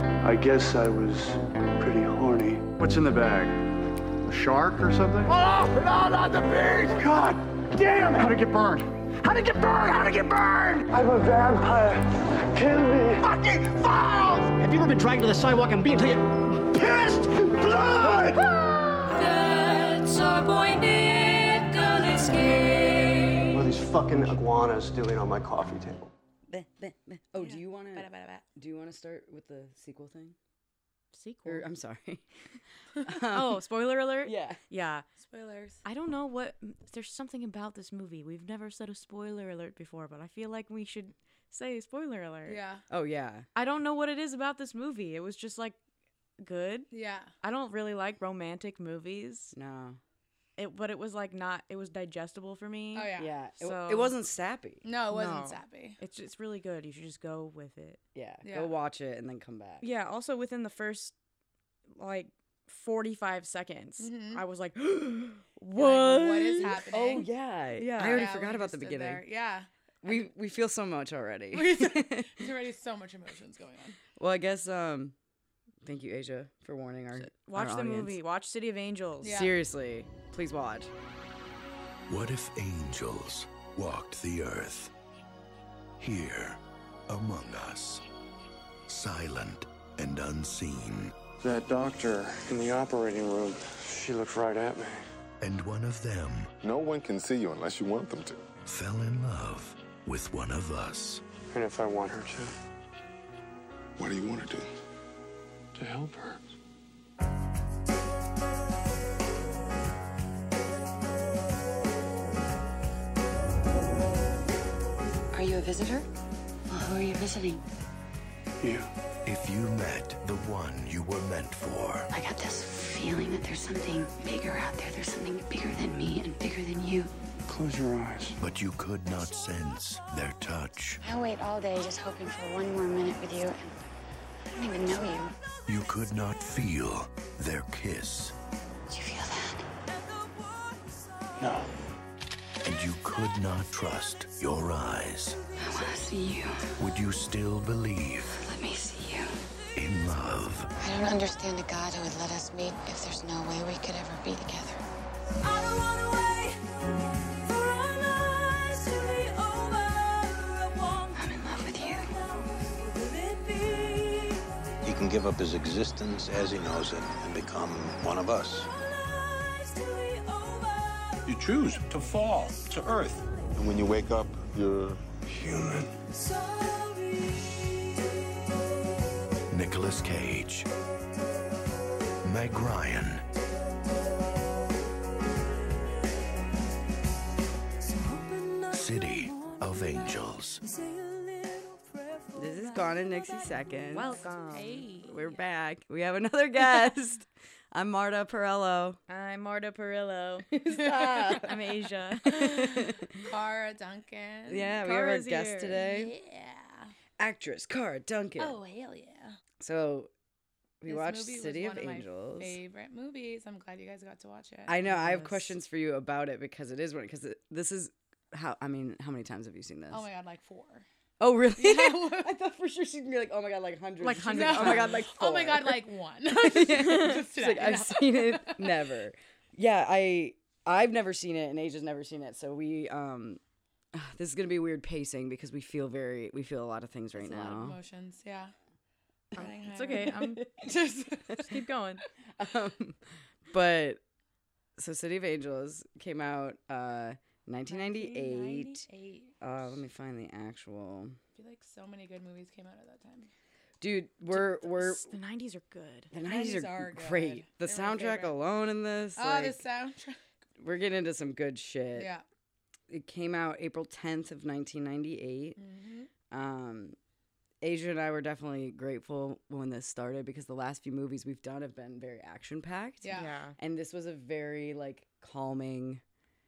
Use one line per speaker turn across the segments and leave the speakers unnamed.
I guess I was pretty horny.
What's in the bag? A shark or something?
Oh, not on the beach!
God damn! How'd it get burned? How'd it get burned? How'd it get burned?
I'm a vampire. Kill me.
Fucking files!
Have you ever been dragged to the sidewalk and beaten till you...
Pissed blood!
That's our boy Nicholas Cage.
What are these fucking iguanas doing on my coffee table?
Beh, beh, beh. Oh, do you want
Bada, bada,
to?
bada.
Do you want to start with the sequel thing?
Sequel.
uh,
Or I'm sorry.
oh, spoiler alert.
Yeah.
Yeah.
Spoilers.
I don't know what. m- There's something about this movie. We've never said a spoiler alert before, but I feel like we should say spoiler alert.
Yeah.
Oh yeah.
I don't know what it is about this movie. It was just like good.
Yeah.
I don't really like romantic movies.
No.
It, but it was like not. It was digestible for me.
Oh yeah.
Yeah. It, w- it
So-
wasn't sappy.
No, it wasn't
No.
sappy.
It's just really good. You should just go with it.
Yeah.
Yeah.
Go watch it and then come back.
Yeah. Also, within the first like 45 seconds,
Mhm.
I was like,
You're
what?
like, what is happening?
Oh yeah.
Yeah.
I already
Yeah,
forgot
we
about
just
the
stood
beginning.
there. Yeah.
We we feel so much already.
We- There's already so much emotions going on.
well, I guess um, thank you Asia for warning our
Watch
our
the
audience.
movie. Watch City of Angels.
Yeah.
Seriously, please watch.
What if angels walked the earth? Here, among us. Silent and unseen.
That doctor in the operating room, she looked right at me.
And one of them
No one can see you unless you want them to.
fell in love with one of us.
And if I want her to,
What do you want to do?
to help her.
Are you a visitor? Well, who are you visiting?
You.
If you met the one you were meant for,
I got this feeling that there's something bigger out there. There's something bigger than me and bigger than you.
Close your eyes.
but you could not sense their touch,
I wait all day just hoping for one more minute with you, and I don't even know you.
you could not feel their kiss,
Do you feel that?
No.
and you could not trust your eyes,
I want to see you.
would you still believe
Let me see you.
in love?
I don't understand a God who would let us meet if there's no way we could ever be together.
I don't wanna wait for our lives to be over. I want
I'm in love with you.
will it be
He can give up his existence as he knows it and become one of us.
our lives to be over?
You choose to fall to earth. And when you wake up, you're human.
Sorry.
Nicolas Cage, Meg Ryan, City of Angels.
This is gone in 60 seconds.
Welcome.
We're back. We have another guest. I'm Marta Perello.
I'm Marta Perillo.
Stop.
I'm Asia.
Cara Duncan.
yeah, we have
Cara's
our guest
here.
today,
Yeah.
actress Cara Duncan.
Oh hell yeah.
So we
This
watched
movie was
City of
one my
Angels.
favorite movies. I'm glad you guys got to watch it.
I know. I have
Yes.
questions for you about it because it is one. Because this is how. I mean, how many times have you seen this?
Oh my god, like four.
Oh, really?
Yeah.
I thought for sure she'd be like, oh my god, like hundreds.
Like
She's
hundreds
Oh my god,
times.
like
Oh my god,
four."
like one.
It's
today,
like,
you
I've
know?
seen it never. Yeah, I I've never seen it and Asia's never seen it. So we um this is gonna be weird pacing because we feel very we feel a lot of things right
It's a lot of
now.
emotions. Yeah.
Oh,
Running
It's
high.
okay. I'm
Just
just keep going.
um, but so City of Angels came out uh 1998.
1998.
Uh, let me find the actual
I feel like so many good movies came out at that time.
dude. We're
Er,
we're
S- the 90s are good.
the 90s
90s
are,
are
great.
good.
The
They're my
soundtrack
favorite.
alone in this,
oh,
like,
the soundtrack.
we're getting into some good shit.
Yeah.
it came out April 10th of 1998.
hmm
Um, Asia and I were definitely grateful when this started because the last few movies we've done have been very action packed.
Yeah.
And this was a very like calming,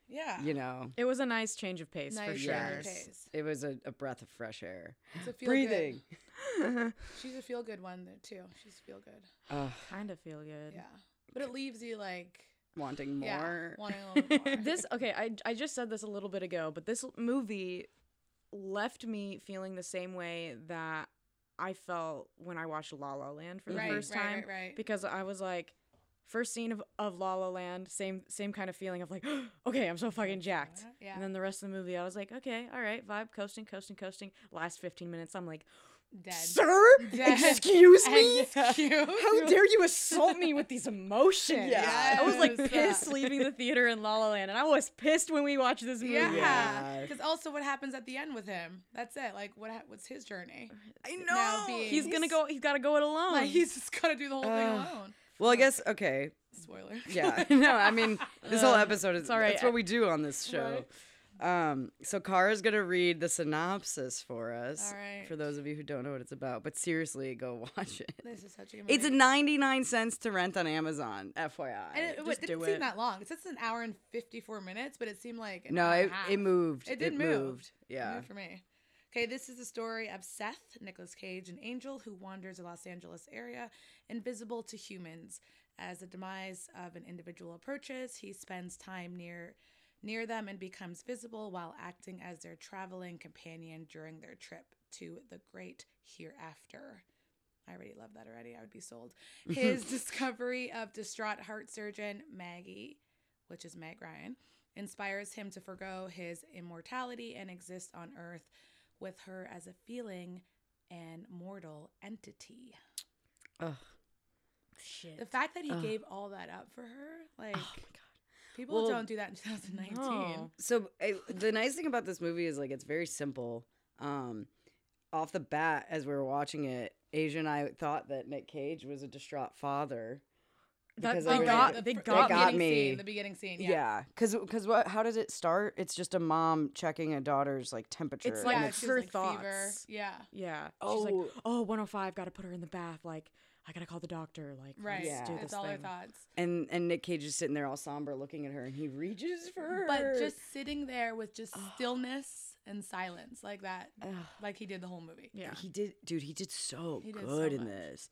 Yeah.
you know,
It was a nice change of pace for
Nice
sure.
change of
Yes.
pace.
it was a, a breath of fresh air.
It's a feel
Breathing.
Good. She's a feel good one though, too. She's feel good.
Ugh,
kind of feel good.
Yeah. But it leaves you like
wanting more.
yeah, wanting a little bit more.
This okay, I I just said this a little bit ago, but this movie left me feeling the same way that I felt when I watched La La Land for the
Right,
first
right,
time
right, right.
because I was like, first scene of, of La La Land, same same kind of feeling of like, okay, I'm so fucking jacked.
Yeah.
And then the rest of the movie, I was like, okay, all right, vibe, coasting, coasting, coasting. Last 15 minutes, I'm like,
Dead.
sir,
Dead.
excuse me,
Excuse
how dare you assault me with these emotions?
Yeah.
I was like
Yes.
pissed leaving the theater in La La Land, and I was pissed when we watched this movie.
Yeah, because also what happens at the end with him? That's it. Like, what ha- what's his journey? I
know! He's gonna go- He's got to go it alone.
Like, he's just gotta do the whole thing
Ugh.
alone.
Well, I guess okay.
Spoiler.
Yeah. No, I mean this whole
Uh,
episode is
it's all right.
that's what we do on this show. Um, so Cara's gonna read the synopsis for us.
All right.
For those of you who don't know what it's about, but seriously, go watch it.
This is such a good
It's
movie.
99 cents to rent on Amazon, FYI.
And it, it,
Just
didn't
do
seem
it.
that long. It says it's an hour and fifty four minutes, but it seemed like an
No,
hour and
it-
a half.
it moved.
It did
It
move.
moved. Yeah.
it moved for me. Okay, this is the story of Seth, Nicolas Cage, an angel who wanders the Los Angeles area, invisible to humans. As the demise of an individual approaches, he spends time near near them and becomes visible while acting as their traveling companion during their trip to the great hereafter. I already love that already. I would be sold. His discovery of distraught heart surgeon Maggie, which is Meg Ryan, inspires him to forego his immortality and exist on Earth with her as a feeling and mortal entity.
Ugh.
Shit.
The fact that he
Ugh.
gave all that up for her, like, people
Well,
don't do that in 2019.
So I, the nice thing about this movie is like it's very simple. Um, off the bat, as we were watching it, Asia and I thought that Nick Cage was a distraught father.
That-
because
they
everything-
got- they got me.
me.
Scene, the beginning scene, yeah.
Yeah, because what? How does it start? It's just a mom checking a daughter's like temperature.
It's
and
like
she was,
her
like,
thoughts.
fever. Yeah.
Yeah. She's
Oh.
like, oh, 105, got to put her in the bath. Like, I got to call the doctor. Like,
Right.
let's do
Yeah.
this
It's all her
thing.
thoughts.
and and Nick Cage is sitting there all somber, looking at her, and he reaches for her.
But just sitting there with just stillness and silence like that, like he did the whole movie.
he did, dude. He did so
He did so
good in
much.
this.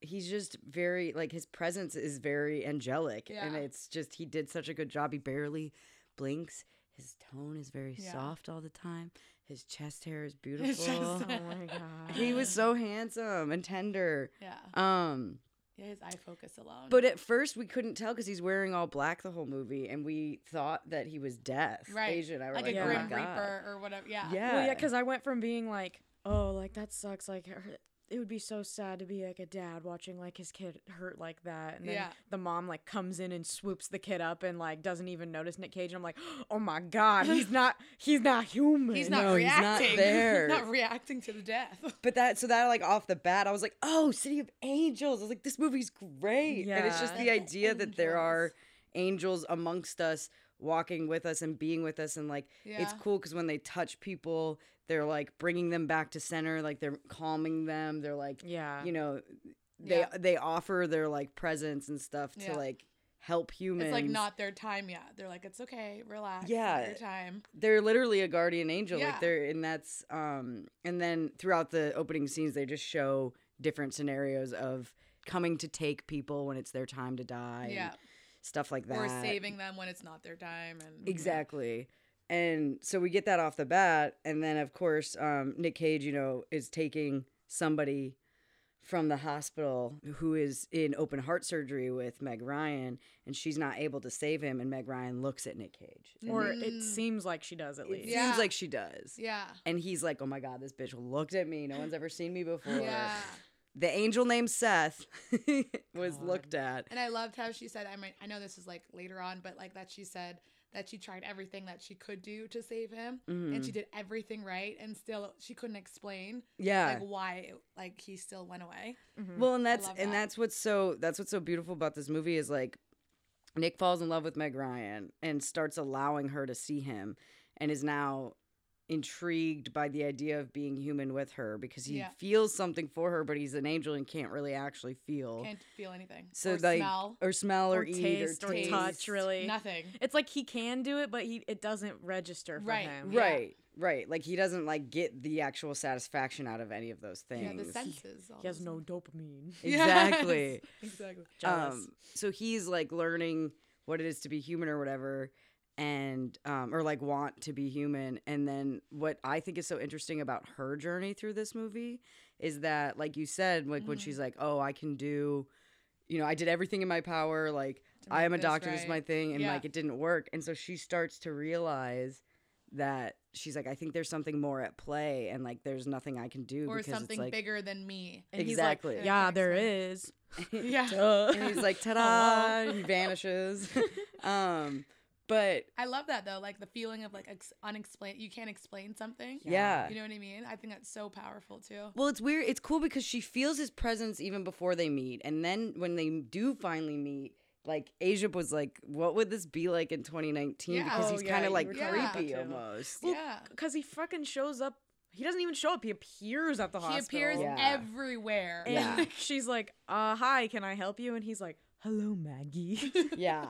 He's just very like his presence is very angelic, and
Yeah.
it's just he did such a good job. He barely blinks. His tone is very
Yeah.
soft all the time. His chest hair is beautiful.
It's
Oh
just-
he was so handsome and tender.
Yeah.
Um.
Yeah, his eye focus alone.
But at first, we couldn't tell because he's wearing all black the whole movie, and we thought that he was death.
right,
Asian. I were
like,
like,
a
oh my
grim
god.
reaper or whatever. Yeah.
Well, yeah,
Yeah.
because I went from being like, oh, like that sucks. Like, her, it would be so sad to be like a dad watching like his kid hurt like that. And then
Yeah.
the mom like comes in and swoops the kid up and like doesn't even notice Nick Cage. And I'm like, oh my God, he's not, he's not human.
He's not
No, he's not
reacting.
there.
not reacting to the death.
But that so that like off the bat, I was like, oh, City of Angels. I was like, this movie's great. And it's just
Yeah.
the idea that there are angels amongst us walking with us and being with us and like it's
Yeah.
cool because when they touch people they're like bringing them back to center like they're calming them they're like
Yeah.
you know they
Yeah.
they offer their like presence and stuff to
Yeah.
like help humans
It's like not their time yet. They're like, it's okay, relax. Yeah,
Yeah.
your time.
they're literally a guardian angel
Yeah.
like they're and that's um and then throughout the opening scenes they just show different scenarios of coming to take people when it's their time to die and
Yeah.
stuff like that
Or saving them when it's not their time. And
exactly and so we get that off the bat and then of course um nick cage you know is taking somebody from the hospital who is in open heart surgery with meg ryan and she's not able to save him and meg ryan looks at nick cage and
Or
it
Mm.
it seems like she does at least.
seems like she does
Yeah.
and he's like, "Oh my god, this bitch looked at me. No one's ever seen me before."
Yeah.
The angel named Seth was looked at.
And I loved how she said, I mean, I know this is like later on, but like that she said that she tried everything that she could do to save him and she
Mhm.
did everything right and still she couldn't explain
Yeah.
like why it, like he still went away.
Well, and
I
that's
love
and
that.
that's what's so that's what's so beautiful about this movie is like Nick falls in love with Meg Ryan and starts allowing her to see him and is now intrigued by the idea of being human with her because he
Yeah.
feels something for her but he's an angel and can't really actually feel.
Can't feel anything.
so
or
like
smell.
or smell or,
Or
eat
taste
or,
or
taste.
touch, really.
Nothing.
It's like he can do it, but he it doesn't register for
Right,
him.
Right, right. Like he doesn't like get the actual satisfaction out of any of those
Yeah,
things.
the senses. all
He has
those-
no
Um,
dopamine.
Exactly.
Yes, exactly.
Um, so he's like learning what it is to be human or whatever, and um, or like want to be human. And then what I think is so interesting about her journey through this movie is that like you said like when
Mhm.
she's like oh i can do you know i did everything in my power like
To
i
make
am a
this
doctor this is my
right."
thing and
Yeah.
like it didn't work and so she starts to realize that she's like i think there's something more at play and like there's nothing i can do
or
because
something
it's like
bigger than me.
exactly
yeah, there is.
yeah.
and he's like ta-da and he vanishes um but
I love that though, like the feeling of like ex- unexplained. You can't explain something.
Yeah.
You know what I mean? I think that's so powerful too.
Well, it's weird. It's cool because she feels his presence even before they meet. And then when they do finally meet, like Asia was like, what would this be like in 2019?
Yeah.
Because
Oh,
he's
yeah,
kind of
you
like
were talking about
creepy
that too.
almost.
yeah, because he fucking shows up. He doesn't even show up. He appears at the
he
hospital.
appears everywhere.
And she's like, uh, "Hi, can I help you?" And he's like, "Hello, Maggie."
yeah.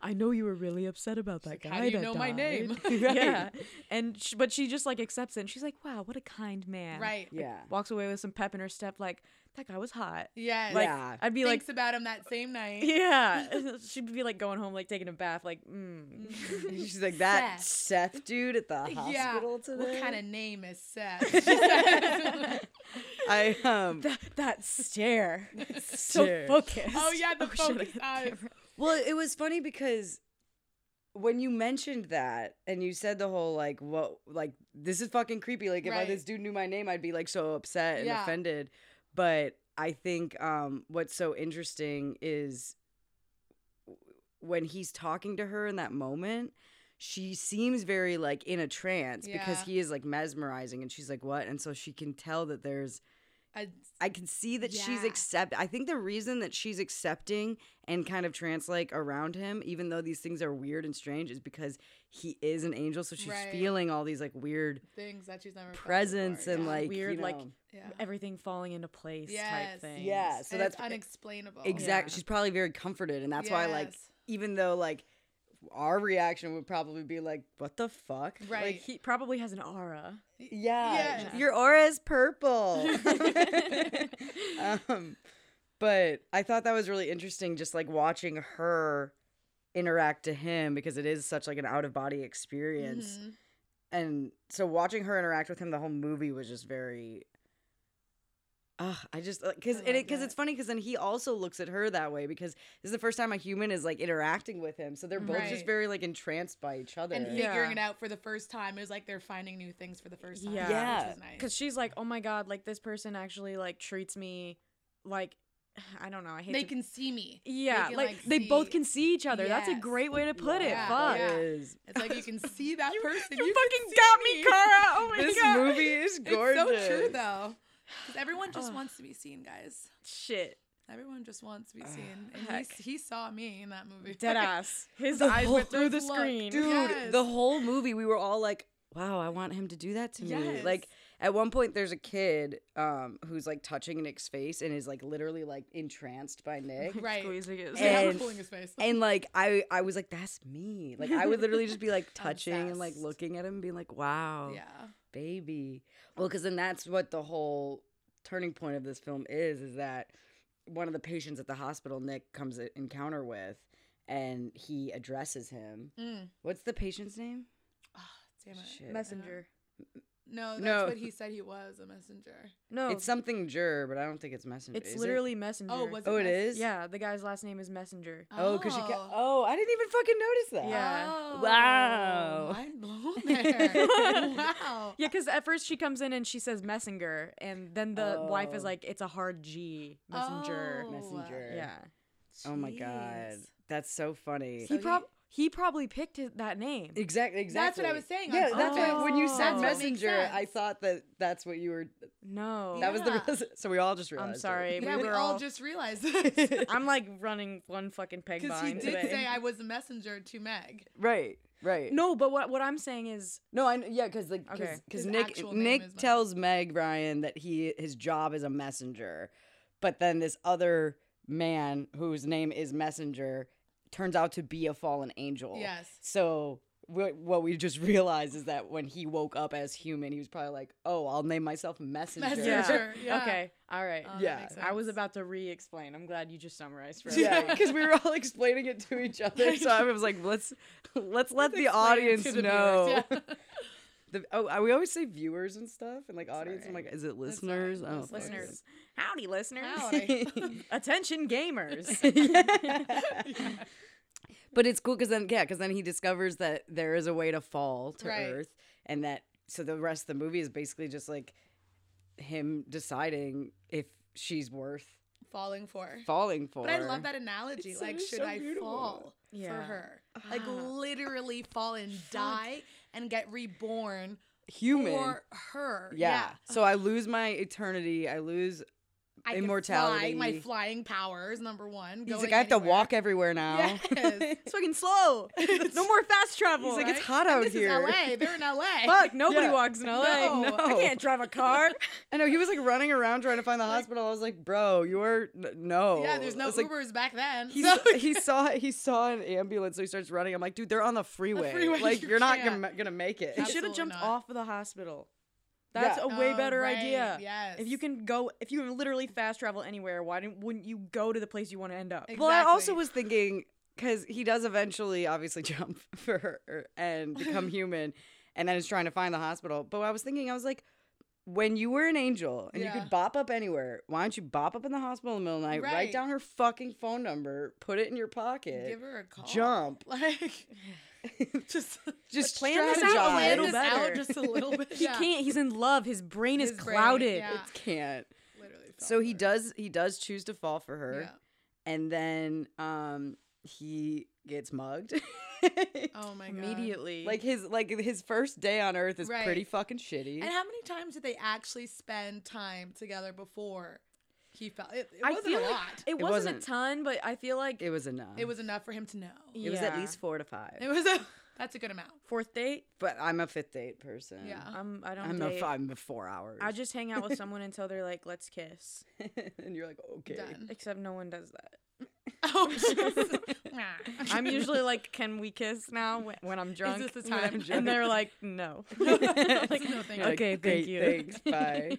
I know you were really upset about that guy.
"How do you
that
know my
died."
name?
Yeah.
Right.
And sh- but she just like accepts it. And she's like, "Wow, what a kind man."
Right.
Like,
Yeah.
Walks away with some pep in her step. Like that guy was hot.
Yes.
Like, I'd be like,
Thinks about him that same night.
yeah. She'd be like going home, like taking a bath, like, mm.
She's like, that Seth, dude at the hospital
What
today.
kind of name is Seth?
I, um,
that, that stare.
stare.
So focused.
oh yeah, the
shit, I
focus
hit the
eyes.
Well, it was funny because when you mentioned that and you said the whole like what like this is fucking creepy like if I,
Right.
this dude knew my name I'd be like so upset and
Yeah.
offended but I think um what's so interesting is when he's talking to her in that moment she seems very like in a trance because
Yeah.
he is like mesmerizing and she's like what and so she can tell that there's
A-
I can see that she's
Yeah.
accept. I think the reason that she's accepting and kind of trance like around him, even though these things are weird and strange, is because he is an angel. So she's
Right.
feeling all these like weird
Things that she's never felt
presence
before,
and
yeah.
like
Weird,
you
like
know.
Yeah.
everything falling into place type
Yes.
thing.
Yeah, so
and it's
that's-
unexplainable.
exactly. She's probably very comforted, and that's why like
Yes.
even though like our reaction would probably be like, "What the fuck?" Like,
Like he probably has an aura.
yeah,
Yeah.
your aura is purple. um, but I thought that was really interesting, just like watching her interact to him because it is such like an out of body experience.
Mhm.
And so watching her interact with him the whole movie was just very. Ugh, I just
I
because and it
love
because it's funny because then he also looks at her that way because this is the first time a human is like interacting with him so they're both
Right.
just very like entranced by each other
and figuring it out for the first time. It was like they're finding new things for the first time.
Yeah.
Yeah.
Cause she's like, oh my god, like this person actually like treats me like I don't know. I hate
They
to-
can see me. They
Yeah,
can,
like, they both
see-
can see each other. That's a
Yes.
great way to put
Yeah.
it. Fuck.
Yeah. It's like you can see that person.
you
can
fucking
see
got me, Kara. Oh my
This
god.
movie is
It's so true
gorgeous.
though. Because everyone just
Ugh.
wants to be seen, guys.
Shit.
Everyone just wants to be seen. And
heck.
he, he saw me in that movie.
Dead ass. His
The
eyes
whole-
went through the
His look.
screen.
dude
Yes.
the whole movie we were all like wow i want him to do that to me like at one point there's a kid um who's like touching nick's face and is like literally like entranced by nick
Right.
Squeezing his-
Yeah,
and,
pulling his face.
and like i i was like that's me like i would literally just be like touching and like
Obsessed.
looking at him and being like wow
Yeah.
baby well because then that's what the whole turning point of this film is is that one of the patients at the hospital nick comes a- encounter with and he addresses him
Mm.
what's the patient's name
Damn it.
Shit.
Messenger.
No, that's
No.
what he said he was, a messenger.
No.
It's something jur, but I don't think it's messenger.
It's
is it?
literally messenger.
Oh, was it
Oh, it
Messenger?
is.
Yeah, the guy's last name is Messenger.
Oh, because she. Ca- oh, I didn't even fucking notice that.
Yeah.
Oh,
Wow.
Mind blown there. wow.
Yeah, because at first she comes in and she says messenger, and then the wife is
Oh.
like, "It's a hard G, messenger."
Oh.
Messenger.
Yeah,
Oh my god,
Jeez.
that's so funny.
he prob he probably picked his, that name.
exactly.
That's
Exactly.
what I was saying, on
Yeah, that's why when you said
purpose. That's what
makes
messenger, I
sense.
thought that that's what you were.
No,
That was the.
Yeah.
reason. So we all just realized.
I'm
it.
sorry.
Yeah,
we
we
were
all
all
just realized this.
I'm like running one fucking peg
Because he
behind
did
today.
say I was a messenger to Meg.
Right. Right.
no, but what what I'm saying is
No, I kn- yeah, because like
Okay.
because
His
Nick
actual name is
Nick
Mike.
tells Meg Ryan that he his job is a messenger, but then this other man whose name is Messenger turns out to be a fallen angel.
Yes.
So wh- what we just realized is that when he woke up as human, he was probably like, "Oh, I'll name myself Messenger."
Messenger. Sure, yeah.
okay, all right.
Oh, that
Yeah.
makes
I was
sense.
about to re-explain. I'm glad you just summarized for us.
Yeah, because we were all explaining it to each other, so I was like, "Let's let's let
Explain
the
it
audience
to the viewers,
know."
yeah.
The, oh, I- we always say viewers and stuff, and like audience. I'm like, is it listeners? Oh, I don't fucking
listeners. Howdy, listeners.
Howdy.
Attention, gamers.
But it's cool because then, yeah, because then he discovers that there is a way to fall to
Right.
Earth, and that so the rest of the movie is basically just like him deciding if she's worth
falling for.
falling for.
But I love that analogy.
It's so-
like,
it's
should
so
I
beautiful.
fall for
Yeah.
her? Like, literally fall and die and get reborn
Human.
for her.
Yeah. So I lose my eternity. I lose
I can
immortality.
Fly, my flying powers, number one.
He's
going
like, I have to walk everywhere now.
Yes.
It's fucking slow. no more fast travel.
He's like, it's
right?
hot out
this
here.
is LA. They're in LA.
Fuck, nobody walks in LA.
No,
No, I can't drive a car.
I know he was like running around trying to find the hospital. I was like, bro, you are n- no.
Yeah, there's
Oh, I
no
was like,
Ubers back then.
He,
so-
s- he saw he saw an ambulance, so he starts running. I'm like, dude, they're on the freeway.
freeway,
like,
you
you're not
can't.
gonna, gonna make it.
He should have jumped off of the hospital. That's
Yeah.
a way
Oh,
better
right,
idea.
yes.
If you can go, if you can literally fast travel anywhere, why didn't, wouldn't you go to the place you want to end up?
Well, I also was thinking because he does eventually, obviously, jump for her er, and become human, and then is trying to find the hospital. But I was thinking, I was like, when you were an angel and you
Yeah.
could bop up anywhere, why don't you bop up in the hospital in the middle of the night,
Right.
write down her fucking phone number, put it in your pocket,
Give her a call.
jump,
Like, just
just
plan this out a
strategize.
little
this out
better.
just a little bit.
He
yeah.
can't. He's in love. His brain is
His brain,
clouded.
yeah.
can't. so he does he does choose to fall for her. And then um he gets mugged.
Oh my god.
Immediately,
like his like his first day on earth is pretty
Right.
fucking shitty.
And how many times did they actually spend time together before he fell? It, it
I
wasn't
feel
a
like
lot.
it,
It
wasn't
wasn't.
a ton, but I feel like
it was enough.
it was enough for him to know.
It was at
Yeah.
least 4 to 5.
It was a that's a good amount.
fourth date.
but I'm a fifth date person.
Yeah.
I'm. I don't.
I'm
date.
a, I'm a 4 hours.
I just hang out with someone until they're like, "Let's kiss."
and you're like, "Okay."
Done.
Except no one does that.
Oh, Jesus.
I'm usually like, "Can we kiss now?" When, when I'm drunk.
this the
When
time?
I'm drunk. And they're like, "No."
Like, no, thank
You're like,
okay,
"Great,
thank you.
Thanks. Bye.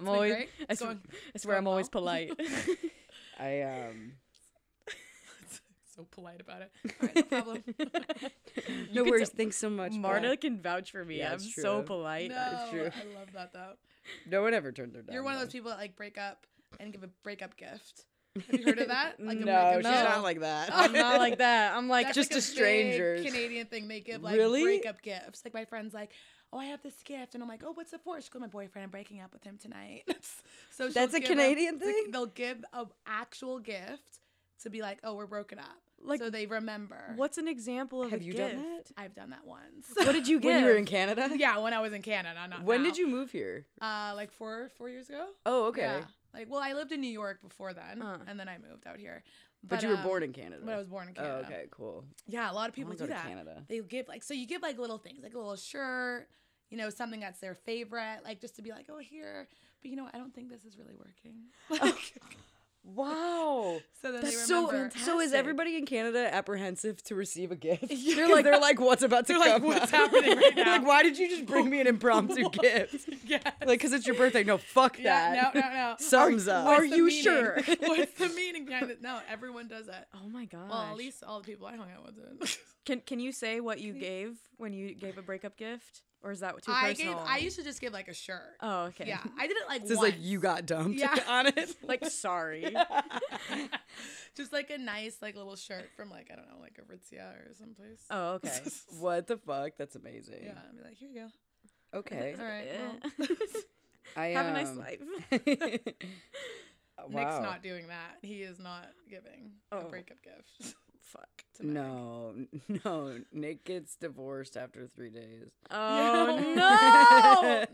I'm always.
great.
I,
It's
sw-
going-
I swear, I'm
going
always
well.
polite.
I um
so polite about it. All right, no problem.
no
could
worries.
tell-
Thanks so much.
Marta
Marta.
can vouch for me.
Yeah,
I'm
it's
so
true.
polite.
No,
true.
I love that though.
No one ever turned their down.
You're one of
though.
those people that like break up and give a breakup gift. Have you heard of that? Like, a
No,
breakup
she's
gift?
not like
Oh,
that.
I'm not like that. I'm like
That's
just
like
to
big
strangers.
Canadian thing. They give like
Really?
breakup gifts. Like my friend's like, oh, I have this gift, and I'm like, oh, what's it for? She goes, my boyfriend. I'm breaking up with him tonight. so she'll
That's a
give 'em-
Canadian
like,
thing?
they'll give an actual gift to be like, oh, we're broken up.
Like,
so they remember.
What's an example of
Have
a
you
gift?
done that?
I've done that once.
What did you get?
When you were in Canada?
yeah, when I was in Canada. Not
When
now.
did you move here?
Uh, like four four years ago.
Oh, okay.
Yeah. Like, well, I lived in New York before then,
Uh.
and then I moved out here.
But, you were
um,
born in Canada.
But I was born in Canada.
Oh, okay, cool.
Yeah, a lot of people
wanna
do
go to
that.
Canada.
They give like so you give like little things, like a little shirt, you know, something that's their favorite, like just to be like, oh here. But you know, I don't think this is really working. Like,
Wow.
so then
Oh. That's
they
so.
remember.
So is
Fantastic.
everybody in Canada apprehensive to receive a gift?
Yeah.
They're like, they're like, what's about to come?
like, what's happening right
They're
now?
like, why did you just bring me an impromptu gift?
yeah.
Like, because it's your birthday. No, fuck
Yeah,
that.
no, no, no.
Sums up.
What's
Are
the
you
meaning?
sure?
What's the meaning behind it? No, everyone does that.
Oh my gosh.
Well, at least all the people I hung out with did.
Can can you say what you gave when you gave a breakup gift, or is that too
I
personal?
gave I used to just give like a shirt.
Oh, okay.
Yeah. I did it like
This is
once.
like you got dumped
Yeah.
on it.
Like sorry.
just like a nice like little shirt from like I don't know, like a Ritzia or someplace.
Oh, okay.
What the fuck? That's amazing.
Yeah, I'd be like, here you go.
Okay.
All right. well,
Eh.
I,
Have a nice
um,
life.
wow. Oh,
Nick's not doing that. He is not giving a
Oh.
breakup gift.
Fuck.
to Meg.
No, n- no. Nick gets divorced after three days.
Oh
Oh,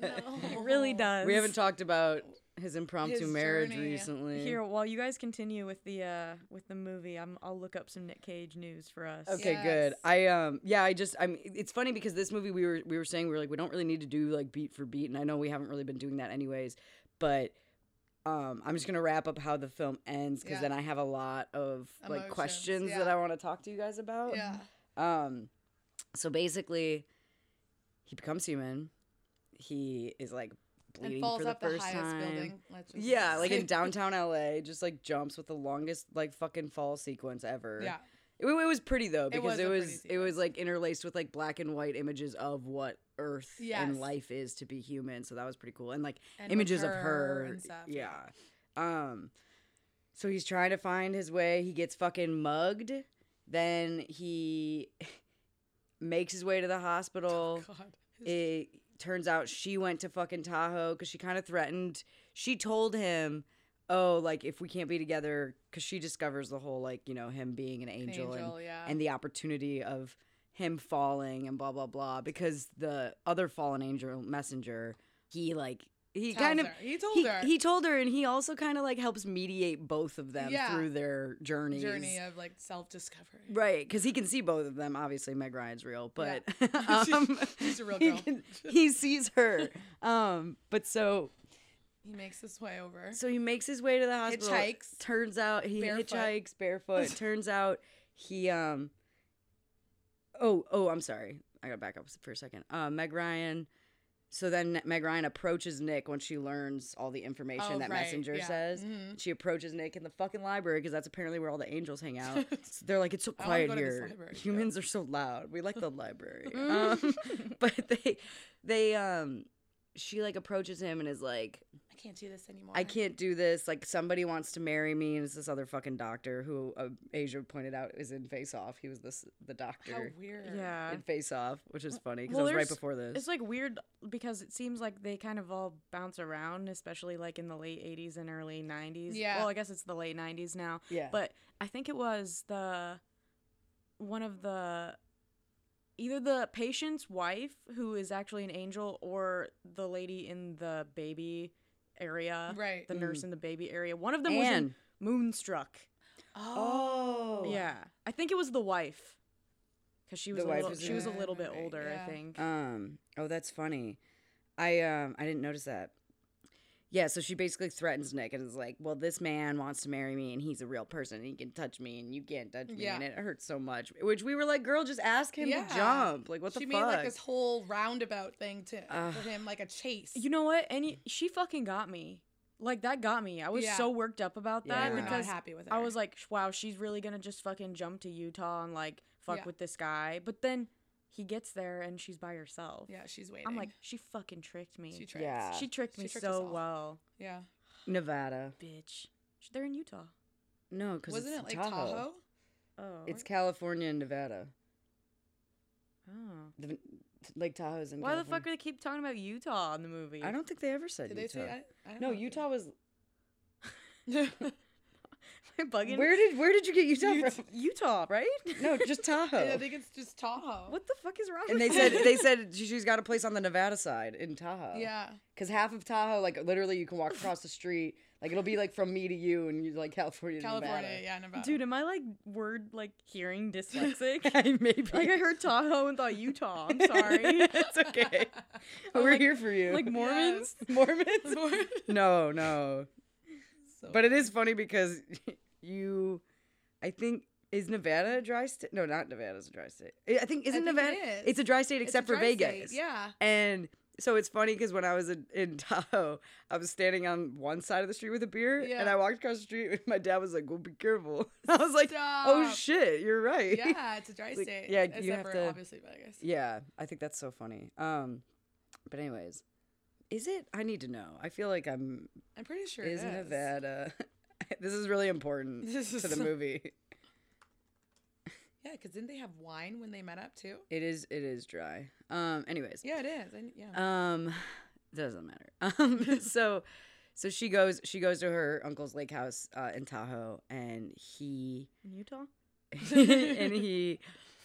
No,
no! He really does.
We haven't talked about his impromptu
His
marriage
journey.
recently.
Here, while you guys continue with the uh with the movie, I'm I'll look up some Nick Cage news for us.
Okay, good.
Yes.
I um yeah, I just I'm it's funny because this movie we were we were saying we were like we don't really need to do like beat for beat and I know we haven't really been doing that anyways, but um I'm just going to wrap up how the film ends cuz
Yeah.
then I have a lot of like
Emotions,
questions that
yeah.
I want to talk to you guys about.
Yeah.
Um, so basically, he becomes human. He is like bleeding
And falls
for the
up the
first
highest
time.
building. Let's just
Yeah, like in
say.
downtown LA, just like jumps with the longest like fucking fall sequence ever.
Yeah.
It, wa- it was pretty though
It
because
was
it
a pretty
was it was like interlaced with like black and white images of what Earth
Yes.
and life is to be human. So that was pretty cool and like
And with
images of
her
her.
and stuff,
Yeah.
yeah.
Um. So he's trying to find his way. He gets fucking mugged. Then he makes his way to the hospital. It turns out she went to fucking Tahoe because she kind of threatened. She told him, "Oh, like if we can't be together," because she discovers the whole like you know him being an angel,
angel,
and,
yeah.
and the opportunity of him falling and blah blah blah. Because the other fallen angel messenger, he like he
Tells
kind of
her. He told her.
he told her, and he also kind of like helps mediate both of them
Yeah.
through their journeys.
Journey of like self discovery.
Right, because he can see both of them. Obviously, Meg Ryan's real, but um,
She's a real
he
girl.
can- he sees her. Um, but so
He makes his way over.
so he makes his way to the hospital.
Hitchhikes.
Turns out he
Barefoot.
hitchhikes barefoot. turns out he um. Oh oh, I'm sorry. I gotta back up for a second. Uh, Meg Ryan. So then Meg Ryan approaches Nick when she learns all the information
Oh,
that
right,
Messenger
yeah.
says.
Mhm.
She approaches Nick in the fucking library because that's apparently where all the angels hang out. So they're like, it's so
I wanna
quiet
go to this
here.
library, yeah."
Humans are so loud. We like the library. um, but they, they, um, she like approaches him and is like,
I can't do this anymore.
I can't do this. Like somebody wants to marry me, and it's this other fucking doctor who uh, Asia pointed out is in Face Off. He was this the doctor.
weird.
Yeah.
In Face Off, which is funny because
Well,
it was right
there's-
before this.
It's like weird because it seems like they kind of all bounce around, especially like in the late 80s and early 90s.
Yeah.
Well, I guess it's the late 90s now.
Yeah.
But I think it was the one of the either the patient's wife who is actually an angel or the lady in the baby area.
Right.
The nurse
Mm.
in the baby area. One of them
Anne.
was in Moonstruck.
Oh.
Yeah. I think it was the wife. Cuz she
The
was a
wife
little,
was
she
in
was a
it.
little bit older,
yeah.
I think.
Um. Oh, that's funny. I um. I didn't notice that. Yeah. So she basically threatens Nick and is like, "Well, this man wants to marry me, and he's a real person, and he can touch me, and you can't touch me,
Yeah.
and it hurts so much." Which we were like, "Girl, just ask him
Yeah.
to jump. Like, what the
she
fuck?"
made like this whole roundabout thing to
Ugh.
for him, like a chase.
You know what? And y- she fucking got me. Like that got me. I was
Yeah.
so worked up about
Yeah.
that
You were not
because
happy with
I
her.
was like, "Sh- wow, she's really gonna just fucking jump to Utah and like fuck
Yeah.
with this guy. But then he gets there and she's by herself.
Yeah, she's
I'm
waiting.
like, she fucking tricked me.
She
She,
tricked.
Yeah.
tricked
She
me
tricked us
so
all.
well,
Yeah.
Nevada.
bitch. Sh- They're in Utah.
No, because
Wasn't it
it's
like Tahoe?
Oh,
It's California and Nevada.
oh.
The, Ven- Lake Tahoe's in.
Why the fuck
California.
do they keep talking about Utah in the movie?
I don't think they ever said
Did they
Utah.
say? I, I don't
no,
know.
Utah was.
Am I bugging.
Where did where did you get Utah
Ut-
from?
Utah, right?
No, just
I
Tahoe.
think it's just Tahoe.
what the fuck is wrong?
and they
with
said
me?
they said she- she's got a place on the Nevada side in Tahoe.
Yeah.
Because half of Tahoe, like literally, you can walk across the street. Like it'll be like from me to you, and you like California. to
California.
Nevada.
Yeah, Nevada.
Dude, am I like word like hearing dyslexic?
maybe.
like I heard Tahoe and thought Utah. I'm sorry.
it's okay.
I'm
We're
like-
here for you.
like Mormons.
Mormons. no, no.
So
But it is funny because you, I think, is Nevada a dry state? No, not Nevada's a dry state. I I think isn't
think it
Nevada?
is.
It's a dry state
It's a
except for
dry state,
Vegas.
Yeah.
And so it's funny because when I was in, in Tahoe, I was standing on one side of the street with a beer, and
Yeah.
I walked across the street, and my dad was like, "Well, be careful." I was like, "Oh
Stop.
shit, you're right."
Yeah, it's a dry
Like,
state.
yeah, you
except
have
for
to-
obviously Vegas.
Yeah, I think that's so funny. Um, but anyways, is it? I need to know. I feel like I'm
I'm pretty sure
is
it is.
Nevada. uh, this is really important
This
to
is-
the movie.
Yeah, because didn't they have wine when they met up too?
It is. It is dry. Um. Anyways.
Yeah, it is. I, kn- yeah.
Um. Doesn't matter. Um. so, so she goes. She goes to her uncle's lake house uh, in Tahoe, and he
In Utah?
and he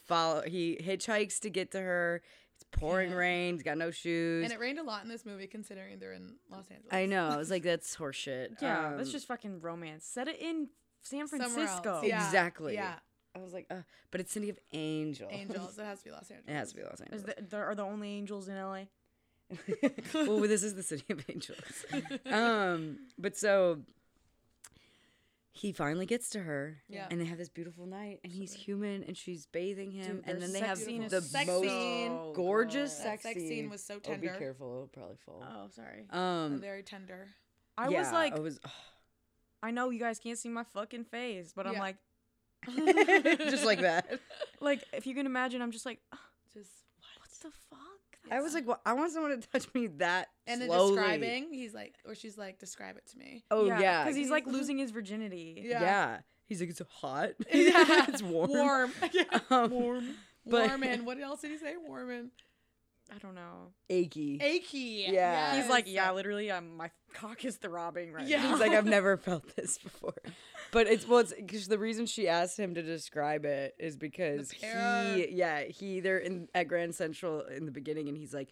follow. He hitchhikes to get to her. It's pouring
Yeah.
rain. He's got no shoes.
and it rained a lot in this movie, considering they're in Los Angeles.
I know. I was like, that's horseshit.
Yeah, that's
Um,
just fucking romance. Set it in San
Somewhere else,
Francisco.
yeah.
exactly. Oh.
yeah.
I was like, uh, but it's City of Angels.
Angels. It has to be Los Angeles.
It has to be Los Angeles.
Is the, there, are the only angels in LA?
well, this is the city of angels. Um, but so he finally gets to her,
Yeah.
and they have this beautiful night, and he's human, and she's bathing him,
Dude,
and
their
then they have
sex scene
the
is
most Oh,
so Oh,
scene.
gorgeous
That
sex,
sex scene was so
Oh,
tender.
be careful, it'll probably fall.
Oh, sorry.
Um,
Very tender.
I
yeah, oh,
was like,
I was.
I know you guys can't see my fucking face, but I'm
Yeah.
like,
just like that.
Like if you can imagine, I'm just like,
just
what the fuck?
I was like, well, I want someone to touch me that
And then
slowly.
describing, he's like, or she's like, describe it to me.
Oh yeah,
because he's like losing his virginity.
Yeah.
Yeah.
He's like, it's hot.
Yeah.
it's warm.
Warm. Yeah.
Um,
warm.
but-
warm and what else did he say? Warm and
I don't know.
Achy.
achy.
Yeah.
He's like, yeah, literally, I'm my cock is throbbing right
Yeah.
now.
He's like, I've never felt this before. But it's well, it's because the reason she asked him to describe it is because
pear.
he, yeah, he they're in at Grand Central in the beginning, and he's like,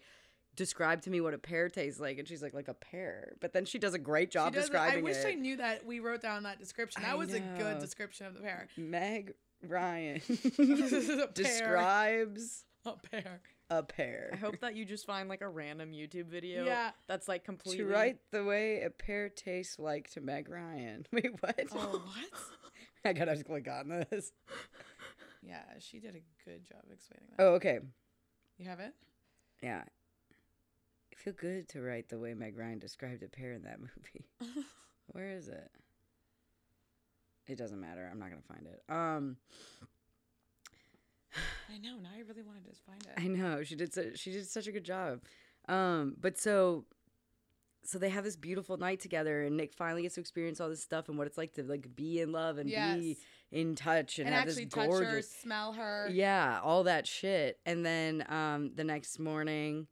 describe to me what a pear tastes like, and she's like, like a pear. But then she does a great
She
job
does it.
describing
I wish
it.
I knew that we wrote down that description.
I
That was a
know.
good description of the pair.
Meg Ryan
pear.
describes
A pair.
a
I
pear.
hope that you just find like a random YouTube video.
Yeah.
That's like completely.
To write the way a pear tastes like to Meg Ryan. Wait, what?
Oh, what?
I gotta click on this.
Yeah, she did a good job explaining that.
Oh, okay.
You have it?
Yeah. I feel good to write the way Meg Ryan described a pear in that movie. Where is it? It doesn't matter. I'm not gonna find it. Um,
I know. Now I really want to just find it.
I know she did. So, she did such a good job. Um, but so, so they have this beautiful night together, and Nick finally gets to experience all this stuff and what it's like to like be in love and be
Yes.
in touch and,
and
have
actually
this
touch her,
gorgeous,
smell her.
yeah, all that shit. And then um, the next morning,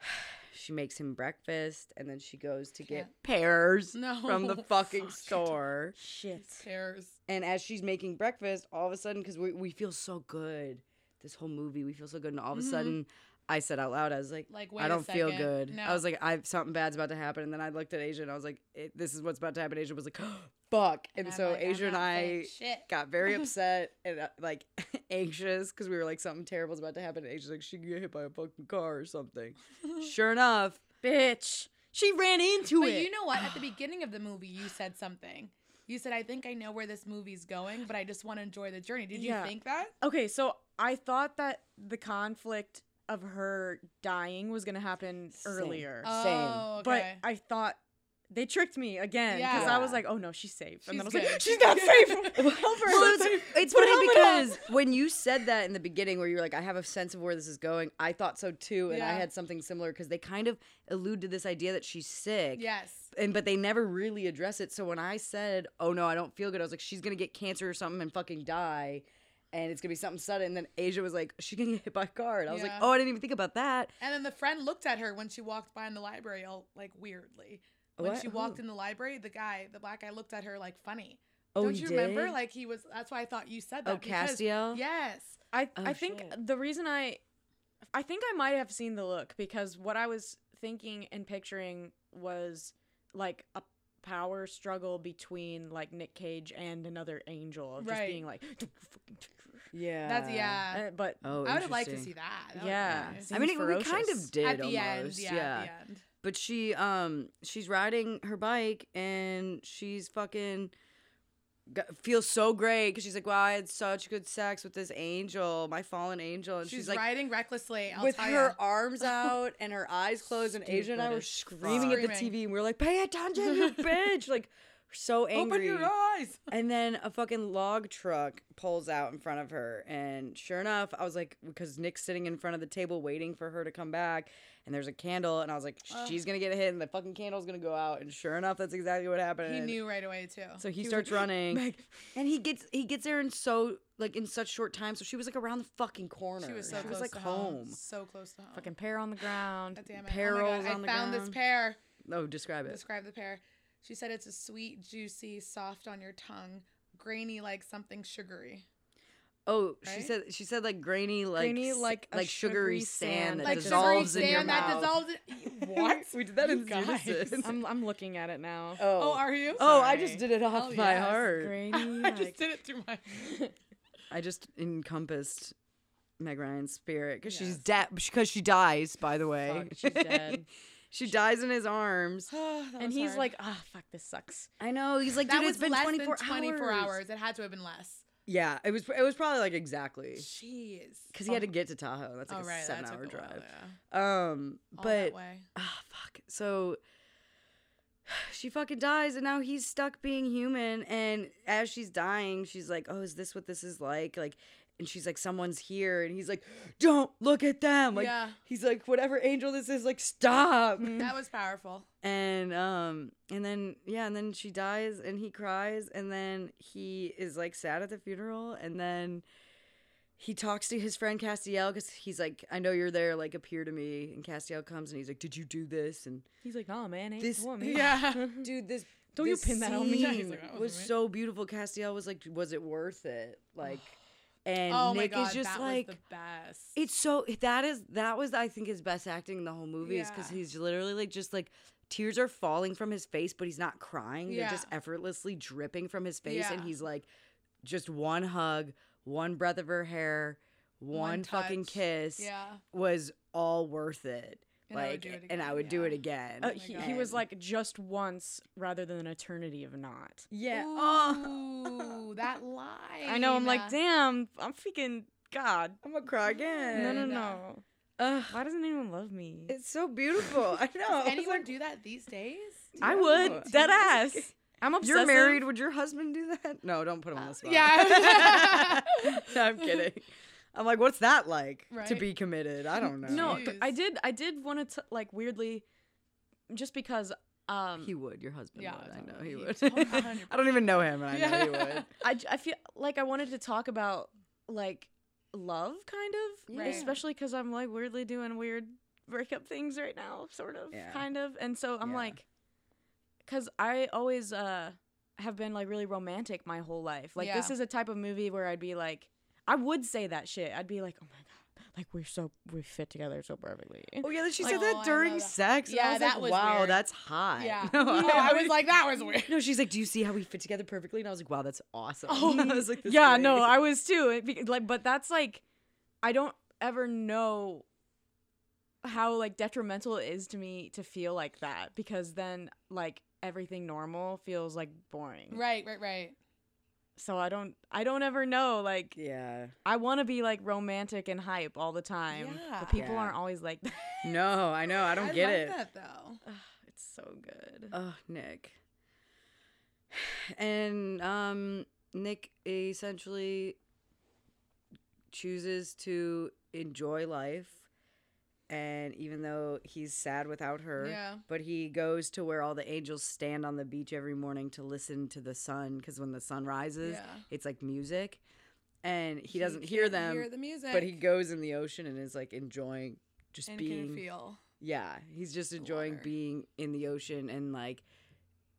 she makes him breakfast, and then she goes to get
Can't.
pears
No.
from the fucking
Fuck.
store. Shit.
Pears.
And as she's making breakfast, all of a sudden, because we, we feel so good, this whole movie, we feel so good. And all of a
Mhm.
sudden, I said out loud, I was like,
Like, wait
I
a
don't feel
second.
good. I
No.
was like, I something bad's about to happen. And then I looked at Asia and I was like, it, this is what's about to happen. Asia was like, fuck. And,
I'm
so
like, I'm
Asia and
not
I
saying shit.
got very upset and uh, like anxious because we were like, something terrible's about to happen. And Asia's like, she can get hit by a fucking car or something. sure enough, bitch, she ran into
But
it.
you know what? At the beginning of the movie, you said something. You said, "I think I know where this movie's going, but I just want to enjoy the journey." Did
Yeah.
you think that?
Okay, so I thought that the conflict of her dying was gonna happen earlier,
Uh, Same.
Oh, okay.
but I thought they tricked me again because I was
Yeah.
like, oh no, she's safe, and then I was
She's
like,
good.
she's not safe. Help her.
Well, it's, it's funny because when you said that in the beginning, where you were like, "I have a sense of where this is going," I thought so too, and I
Yeah.
had something similar because they kind of allude to this idea that she's sick,
yes.
and but they never really address it. So when I said, "Oh no, I don't feel good," I was like, "She's gonna get cancer or something and fucking die." And it's gonna be something sudden. And then Asia was like, "She can get hit by a car." And I was like,
Yeah.
"Oh, I didn't even think about that."
And then the friend looked at her when she walked by in the library, all like weirdly. When
What? Oh,
she walked
Who?
in the library, the guy, the black guy, looked at her like funny.
Oh,
Don't
he
you remember?
did?
Like he was. That's why I thought you said that.
Oh,
because-
Castiel?
Yes.
I
Oh,
I think
shit.
the reason I I think I might have seen the look because what I was thinking and picturing was like a power struggle between like Nick Cage and another angel of just
Right.
being like
Yeah,
That's yeah.
uh, but
Oh,
I would have liked to see
interesting.
that. that
Yeah.
would've
I mean, it,
Seems
we kind
ferocious.
of did
been nice. At the end,
almost.
yeah,
yeah.
At the end.
but she um she's riding her bike and she's fucking g- feels so great because she's like wow i had such good sex with this angel my fallen angel and she's,
She's,
like
riding recklessly. I'll
with
tell
her
ya.
arms out and her eyes closed and asia and i
Stupid
were
as
screaming at the
Screaming.
tv and we were like pay attention you bitch like so angry
Open your eyes.
and then a fucking log truck pulls out in front of her. And sure enough, I was like, because Nick's sitting in front of the table waiting for her to come back. And there's a candle. And I was like, she's going to get hit and the fucking candle's going to go out. And sure enough, that's exactly what happened.
He knew right away too.
So he,
was
starts
like,
running. And he gets he gets there in so like in such short time. So she was like around the fucking corner.
She was so
she
close
was like
to
home.
So close to home.
fucking pear on the ground.
God damn it. oh my
perils
God,
on the
I found this
ground.
pear.
Oh, describe it.
Describe the pear. She said it's a sweet, juicy, soft on your tongue, grainy like something sugary.
oh, she
right?
said she said like grainy like
Grainy,
s-
like a
like sugary
sugary
sand
sand
that
that
like
dissolves
sugary
in your
sand that
mouth.
dissolves in What?
we did that
You
in
guys.
unison.
I'm I'm looking at it now.
Oh, are you?
Oh, I
Sorry.
just did it off
Oh,
my
yes.
heart.
Grainy,
I just
like-
did it through my
I just encompassed Meg Ryan's spirit because she's
Yes.
dead because she dies. By the way,
Fuck, she's dead.
she dies in his arms.
Oh, that
and
was
he's
hard.
like, ah, fuck, this sucks.
I know. He's like,
that
dude,
was
it's been
less
twenty four
than 24 hours. It had to have been less.
Yeah, it was. It was probably like exactly
Jeez.
because he had to get to Tahoe. That's like
Oh,
a Um,
right, that
seven
took
hour
a while,
drive.
yeah.
Um,
All
but
that way.
ah, fuck. So she fucking dies and now he's stuck being human and as she's dying she's like oh is this what this is like like and she's like someone's here and he's like don't look at them like
Yeah. Mm-hmm.
he's like whatever angel this is like stop
That was powerful.
and um and then yeah and then she dies and he cries and then he is like sad at the funeral and then he talks to his friend Castiel because he's like, I know you're there, like appear to me. And Castiel comes and he's like, Did you do this? And
He's like, nah, man, ain't
this
for me. Uh,
Mm-hmm.
dude this
Don't you
this
pin that on me. Yeah, he's
scene
like, "That wasn't
was
right."
so beautiful castiel was like was it worth it like and
oh my
nick
god,
is just
that
like
was the best.
it's so that is that was i think his best acting in the whole movie is because
Yeah.
he's literally like just like tears are falling from his face but he's not crying they're just
Yeah.
effortlessly dripping from his face and
Yeah.
he's like just one hug one breath of her hair one,
One
fucking
touch.
kiss
Yeah.
was all worth it
And I would
like
do it
and i would do it again
Oh
Uh, he, he was
And-
like just once rather than an eternity of not.
yeah
Oh.
Ooh, that lie.
I know. I'm like, damn. I'm freaking God.
I'm gonna cry again.
No, no, no.
Ugh.
Why doesn't anyone love me?
It's so beautiful. I know.
Does
I was
anyone
like,
do that these days?
I would dead ass. I'm obsessed.
You're married. Would your husband do that? No, don't put him on the spot.
yeah.
No, I'm kidding. I'm like, what's that like to
Right.
be committed? I don't know.
No, th- I did. I did want to like weirdly, just because. Um,
he would. Your husband
Yeah,
would. I
totally.
know he
He Oh,
would.
totally- 100%.
I don't even know him, and I know he would.
I, j- I feel like I wanted to talk about like love kind of
Right.
especially because I'm like weirdly doing weird breakup things right now sort of
Yeah.
kind of and so I'm
Yeah.
like because I always uh have been like really romantic my whole life like this
Yeah.
is a type of movie where I'd be like I would say that shit I'd be like oh my god like we're so we fit together so perfectly
Oh yeah, she
Like-
said
Oh, I know
that during
that.
sex. and I
Yeah,
was
that
like,
was
wow,
weird.
that's hot.
Yeah.
No,
No, I was like, that was weird.
No, she's like, do you see how we fit together perfectly? And I was like, wow, that's awesome.
Oh.
I was like, this
yeah, no,
lady-
I was too. It be- like, but that's like, I don't ever know how like detrimental it is to me to feel like that because then like everything normal feels like boring.
Right, right, right.
So I don't, I don't ever know. Like,
Yeah.
I want to be like romantic and hype all the time,
Yeah.
but people
Yeah.
aren't always like that.
No, I know. I don't
I
get
love that
it.
though.
it's so good.
Oh, Nick. And um, Nick essentially chooses to enjoy life. And even though he's sad without her,
Yeah.
but he goes to where all the angels stand on the beach every morning to listen to the sun because when the sun rises,
Yeah.
it's like music. And he, doesn't hear
can't
them,
Hear the music,
but he goes in the ocean and is like enjoying just
and
being
can feel.
yeah, he's just enjoying
water.
being in the ocean and like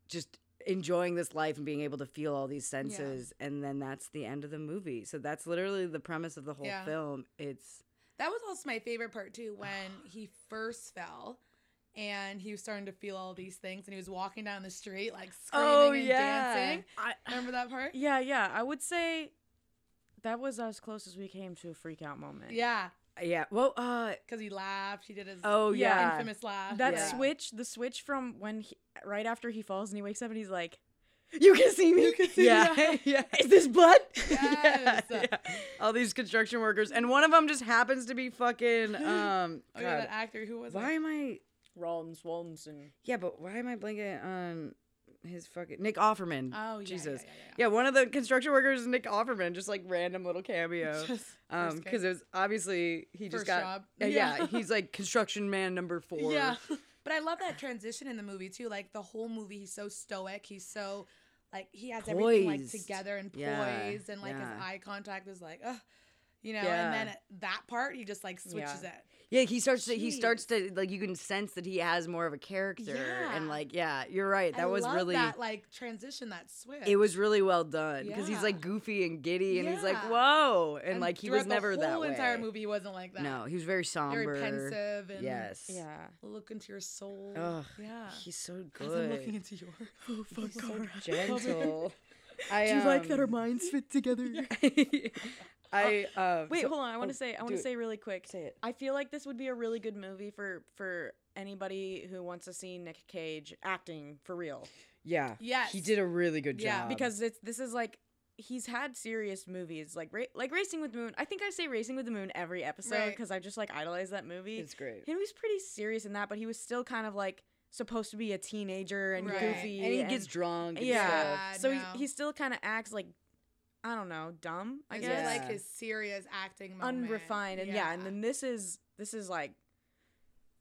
just enjoying this life and being able to feel all these senses. And then that's the end of the movie. So that's literally the premise of the whole
Yeah.
film. It's
That was also my favorite part too when he first fell. And he was starting to feel all these things, and he was walking down the street like screaming
Oh,
and
yeah.
dancing.
I-
Remember that part?
yeah, yeah. I would say that was as close as we came to a freak out moment.
Yeah,
yeah. Well, uh,
because he laughed. He did his
oh
Yeah,
yeah,
infamous laugh.
That
Yeah.
switch, the switch from when he, right after he falls and he wakes up and he's like,
you can see me. yeah, yeah. Is this blood?
Yes.
yeah, yeah. All these construction workers, and one of them just happens to be fucking. Um,
Oh yeah, that
God.
actor who was
why
it?
am I?
Ron Swanson.
Yeah, but why am I blanking on his fucking Nick Offerman?
Oh, yeah, yeah,
Jesus.
yeah, yeah,
one of the construction workers, is Nick Offerman, just like random little cameo.
Just
Um,
first
because it was obviously he just
First
got
job.
Uh, yeah.
Yeah.
he's like construction man number four.
Yeah. But I love that transition in the movie too. Like the whole movie, he's so stoic. He's so like he has everything like
Poised.
together and poised,
Yeah,
and like
yeah.
his eye contact is like, ugh, you know.
Yeah.
And then at that part, he just like switches
Yeah.
it.
Yeah, he starts to he
Jeez.
starts to like you can sense that he has more of a character and
Yeah.
like yeah, you're right. That
I
was
love
really
that like transition, that switch.
it was really well done because he's like
Yeah.
goofy and giddy and he's like
Yeah.
whoa and, like he was
throughout
never
the
that
whole
way.
entire movie, he wasn't like that.
No, he was very somber,
very pensive and
yes,
Yeah.
look into your soul.
Ugh,
yeah.
he's so
As I'm
good.
looking into your. Oh fuck,
gentle. I, um, Do
minds fit together?
I uh,
Wait,
so-
hold on. I want
oh,
to say, I want
do
to
it.
say really quick.
Say it.
I feel like this would be a really good movie for for anybody who wants to see Nick Cage acting for real
Yeah.
Yes.
He did a really good
Yeah,
job.
because it's this is like. He's had serious movies like ra- like Racing with the Moon. I think I say Racing with the Moon every episode
Right.
because I just like idolize that movie.
it's great.
He was pretty serious in that, but he was still kind of like supposed to be a teenager and
Right.
goofy,
And he gets drunk and
yeah,
stuff.
so
Yeah, no.
he, he still kind of acts like I don't know, dumb. I
Is
guess
it like his serious acting moment?
unrefined and yeah. and then this is this is like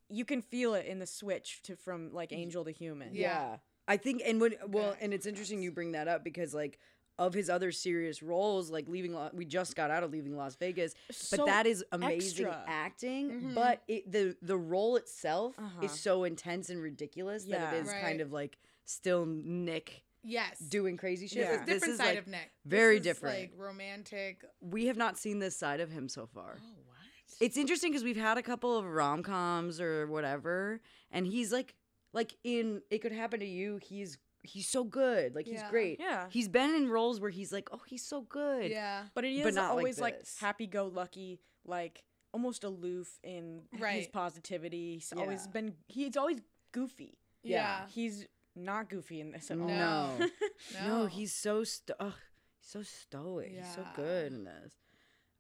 you can feel it in the switch to from like angel to human
Yeah. I think and when well and it's interesting you bring that up because like of his other serious roles like leaving Lo- we just got out of leaving Las Vegas
So
but that is amazing
extra.
acting
Mhm.
but it, the the role itself
Uh-huh.
is so intense and ridiculous that
Yeah.
it is kind
Right.
of like still Nick
Yes.
doing crazy shit
This is
Like,
different side
like,
of Nick. This
very
is,
different
Like romantic.
we have not seen this side of him so far. Oh, what? It's interesting because we've had a couple of rom coms or whatever, and he's like, like in It Could Happen to You, he's he's so good, like
Yeah.
he's great.
Yeah.
he's been in roles where he's like, oh, he's so good.
but it is
not
always like,
this.
happy-go-lucky like almost aloof in his
Right.
positivity he's always
Yeah.
been he's always goofy
Yeah. Yeah.
he's not goofy in this at all
no, "Oh, no,
No.
he's so sto- ugh, he's so stoic. He's so
Yeah.
good in this.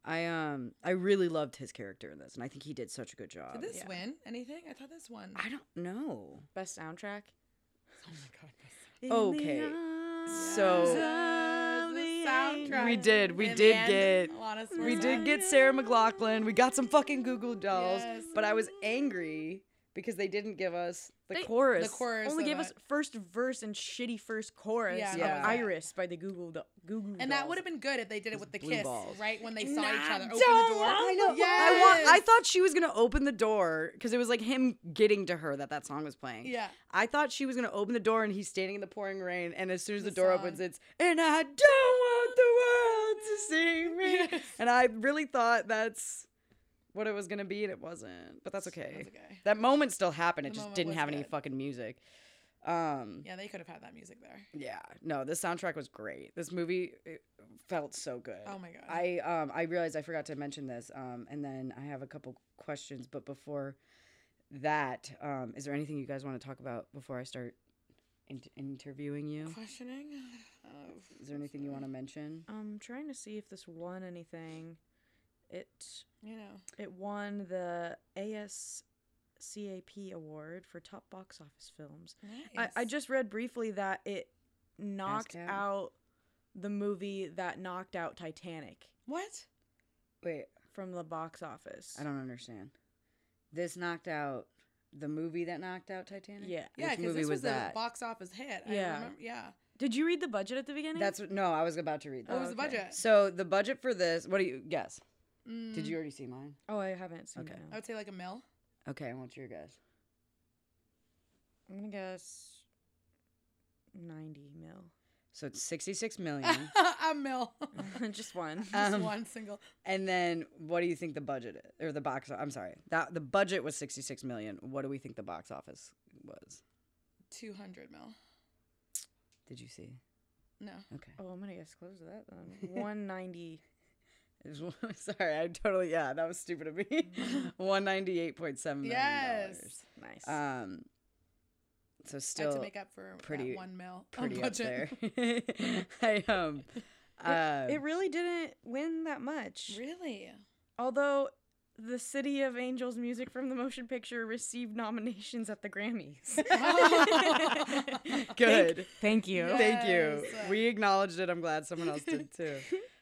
I um I really loved his character in this, and I think he did such a good job.
Did this win anything? I thought this won.
I don't know.
best soundtrack
In
Okay. So we did. We did get. We did get Sarah McLaughlin. We got some fucking Google dolls. But I was angry because they didn't give us the
They-
chorus.
only gave us first verse and shitty first chorus
Yeah,
of
Yeah.
iris by the google Do- google
And that would have been good if they did it with the
blue
kiss,
balls.
right when they saw each other. Open
Don't
the door.
I know. I want. I thought she was gonna open the door because it was like him getting to her that that song was playing.
Yeah.
I thought she was gonna open the door and he's standing in the pouring rain, and as soon as the, door
song.
opens, it's and I don't want the world to see me. And I really thought that's what it was gonna be, and it wasn't. But that's okay. That moment still happened. It
The
just
moment
didn't
was
have any
good.
fucking music. Um.
yeah, they could have had that music there.
Yeah, no, this soundtrack was great. This movie it felt so good.
Oh my God.
I um I realized I forgot to mention this. Um and then I have a couple questions, but before that, um is there anything you guys want to talk about before I start in- interviewing you?
Questioning.
Is there anything you want to mention?
i'm trying to see if this won anything it
you know
it won the ascap award for top box office films I, I
Nice.
just read briefly that it knocked
out.
out the movie that knocked out titanic
what
Wait,
from the box office
I don't understand. This knocked out the movie that knocked out Titanic?
Yeah.
Yeah,
Which
because
movie
this was,
was
the
that?
box office hit.
Yeah.
I remember, yeah.
did you read the budget at the beginning
That's what, no, I was about to read that.
What Oh, was the budget?
So the budget for this, what do you guess? Did
Mm.
you already see mine?
oh i haven't seen
Okay.
it
I
no.
would say like a mill.
Okay, I want your guess.
i'm gonna guess 90 mil
So it's 66 million.
a mill.
just one
Just
Um,
one single.
and then what do you think the budget i- or the box I'm sorry. That the budget was 66 million. What do we think the box office was?
200 mil.
Did you see?
No.
Okay.
Oh, I'm gonna guess close to that then. 190.
It was one- sorry, I totally yeah, that was stupid of me. 198.7 million.
Yes.
Nice.
Um so
I
still
had to make up for that
pretty
one mil. on
pretty up there.
budget.
I um uh,
it, it really didn't win that much.
Really?
Although the City of Angels music from the motion picture received nominations at the Grammys.
good.
Thank you.
oh, Thank you.
Yes.
We acknowledged it. I'm glad someone else did too.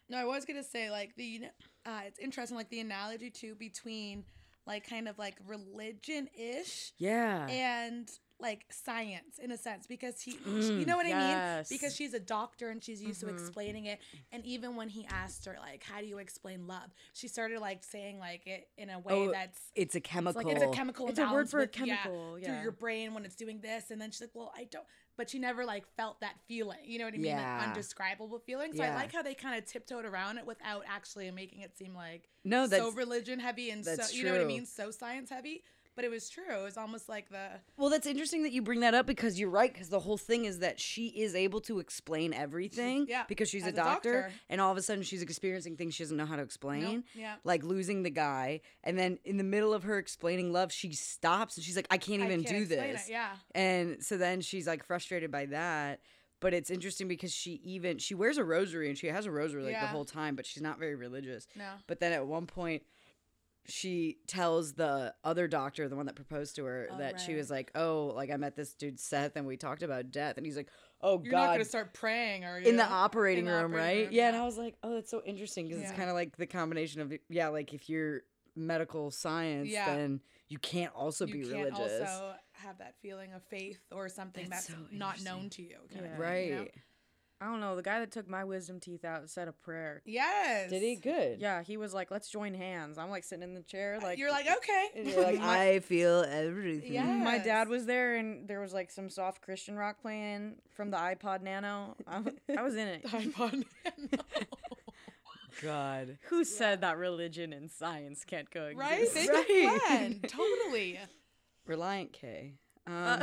No, I was gonna say like the uh, it's interesting like the analogy too between like kind of like religion ish
Yeah.
and like science in a sense because he you
Mm, Mm-hmm.
know what I mean
yes.
because she's a doctor and she's used
Mhm.
to explaining it and even when he asked her like how do you explain love she started like saying like it in a way
Oh,
that's
it's a chemical.
it's a chemical
It's a word
imbalance
for a
with- yeah,
chemical,
through
yeah.
your brain when it's doing this and then she's like well I don't but she never like felt that feeling you know what I mean
Yeah.
like undescribable feeling so I
Yeah.
like how they kind of tiptoed around it without actually making it seem like
No,
so
that's-
religion heavy and so
that's
you know what I
true.
mean so science heavy but it was true it was almost like the
Well, that's interesting that you bring that up because you're right. Because the whole thing is that she is able to explain everything
yeah,
because she's a
as a
doctor,
doctor.
and all of a sudden she's experiencing things she doesn't know how to explain.
yeah.
Like losing the guy, and then in the middle of her explaining love, she stops and she's like, "I can't
I
even
can't
do
explain it,
this."
yeah.
And so then she's like frustrated by that. But it's interesting because she even she wears a rosary and she has a rosary like
Yeah.
the whole time, but she's not very religious.
No.
But then at one point she tells the other doctor, the one that proposed to her,
Oh,
that she
right.
was like, "Oh, like I met this dude Seth, and we talked about death," and he's like, "Oh
You're not
God."
gonna start praying, are you?
in the
In
operating
the
room,
operating
right?
room,
Yeah, and I was like, oh, that's so interesting because
Yeah.
it's kind of like the combination of yeah, like if you're medical science,
Yeah.
then you can't also be
you can't
religious,
also have that feeling of faith or something that's,
That's so
not
interesting.
known to you, kind of
right?
thing, you know?
I don't know. The guy that took my wisdom teeth out said a prayer.
Yes.
Did he good?
Yeah, he was like, "Let's join hands." I'm like sitting in the chair, Uh, like
You're like okay.
And you're like, My-
I feel everything.
My dad was there, and there was like some soft Christian rock playing from the iPod Nano. I, w- I was in it.
iPod.
God,
who said that religion and science can't coexist?
Right? They can blend. Totally.
Reliant K. Um,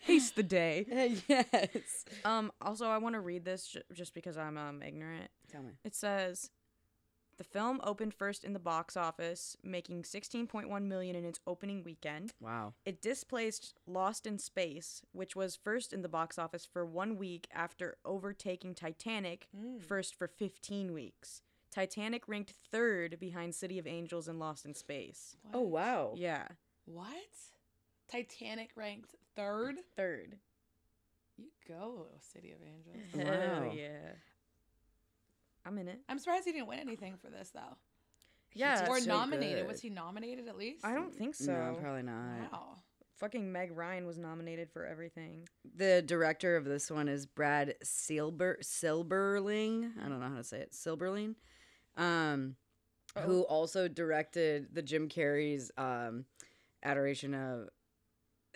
Haste the day.
yes.
Um. Also, I want to read this ju- just because I'm um ignorant.
Tell me.
It says, the film opened first in the box office, making 16.1 million in its opening weekend.
Wow.
It displaced Lost in Space, which was first in the box office for one week after overtaking Titanic,
Hmm.
first for 15 weeks. Titanic ranked third behind City of Angels and Lost in Space.
Oh wow.
Yeah,
What? Titanic ranked third.
third.
You go, City of Angels.
Wow.
Hell yeah. I'm in it.
Mm-hmm. I'm surprised he didn't win anything for this though.
Yeah.
or
so
nominated.
good.
Was he nominated at least?
I don't think so.
No, probably not.
Wow.
Fucking Meg Ryan was nominated for everything.
The director of this one is Brad Silber Silberling. I don't know how to say it. Silberling. Um
Oh.
who also directed the Jim Carrey's um Adoration of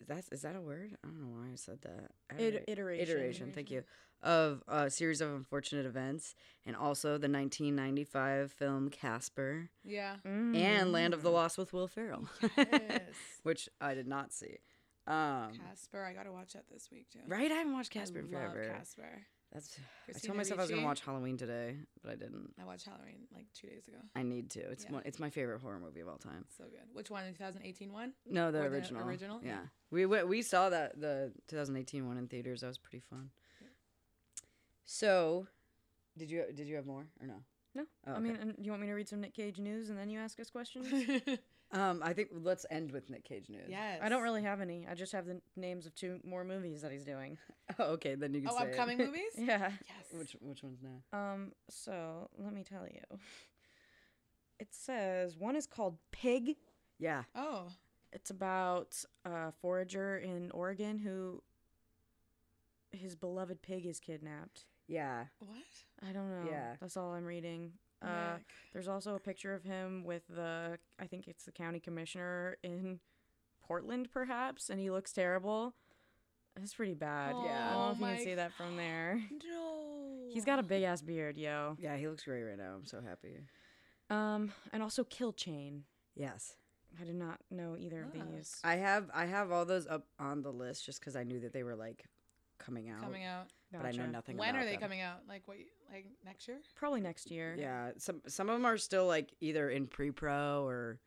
that's is that a word? I don't know why I said that.
Id-
Adora-
iteration.
Iteration, thank you. Of a series of unfortunate events and also the 1995 film Casper
Yeah.
and Land of the Lost with Will Ferrell,
Mm-hmm. Yes.
which I did not see. Um,
Casper. I gotta watch that this week too.
Right? I haven't watched
I
Casper in
love
forever.
Casper.
That's. I
Christina
told myself I was gonna
Ricci.
watch Halloween today, but I didn't.
I watched Halloween like two days ago.
I need to. It's
Yeah.
one. It's my favorite horror movie of all time.
So good. Which one? The 2018 one?
No, the
Or
original.
Oh, original?
Yeah. We went, we saw that the 2018 one in theaters. That was pretty fun. So, did you did you have more or no?
Mm-hmm. No.
Oh,
I
okay.
mean, and you want me to read some Nick Cage news and then you ask us questions?
Um, I think let's end with Nick Cage news.
Yes.
I don't really have any. I just have the names of two more movies that he's doing.
Oh, okay, then you can.
Oh,
say it.
upcoming movies?
Yeah.
Yes.
Which which one's now?
Um, so let me tell you. It says one is called Pig.
Yeah.
Oh.
It's about a forager in Oregon who his beloved pig is kidnapped.
Yeah.
What?
I don't know.
Yeah.
That's all I'm reading. Uh,
Yuck.
there's also a picture of him with the, I think it's the county commissioner in Portland, perhaps, and he looks terrible. That's pretty bad.
Yeah.
I don't know if
Oh
you
my
can see that from there.
No.
He's got a big ass beard, yo.
Yeah. He looks great right now. I'm so happy.
Um, and also Kill Chain.
Yes.
I did not know either of
Ah.
these.
I have I have all those up on the list just because I knew that they were like coming out.
coming out.
But I know
Gotcha.
nothing.
When
about
are they
them.
coming out? Like what? Like next year?
Probably next year.
Yeah, some some of them are still like either in pre-pro or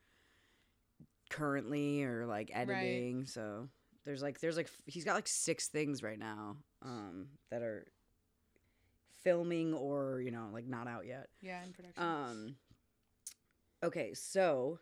currently or like editing. So there's like there's like f- he's got like six things right now um that are filming or you know like not out yet.
Yeah, in production.
Um Okay, so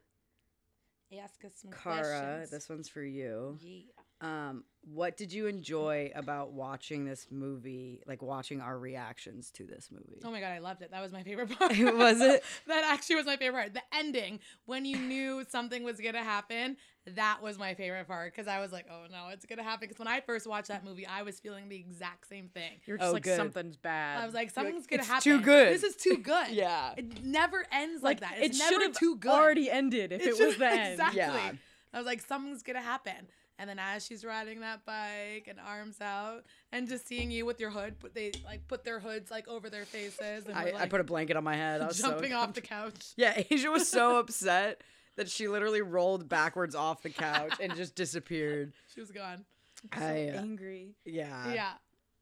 Ask us some
Kara,
questions.
this one's for you.
Yeah.
Um what did you enjoy about watching this movie, like watching our reactions to this movie?
Oh my god, I loved it. That was my favorite part.
Was it?
that actually was my favorite part. The ending, when you knew something was gonna happen, that was my favorite part because I was like, oh no, it's gonna happen. Because when I first watched that movie, I was feeling the exact same thing.
You're just
Oh,
like
good.
something's bad.
I was like, something's gonna
"It's
happen.
too good."
This is too good.
Yeah.
It never ends like, that. It's
it
never
should have
too good.
already ended if it, was
should-
the end.
Exactly.
Yeah.
I was like, something's gonna happen. And then as she's riding that bike and arms out, and just seeing you with your hood, but they like put their hoods like over their faces. And
I,
we're,
I
like,
put a blanket on my head. I was so
jumping off the couch.
Yeah, Asia was so upset that she literally rolled backwards off the couch and just disappeared.
She was gone.
I, uh,
Angry.
yeah.
yeah,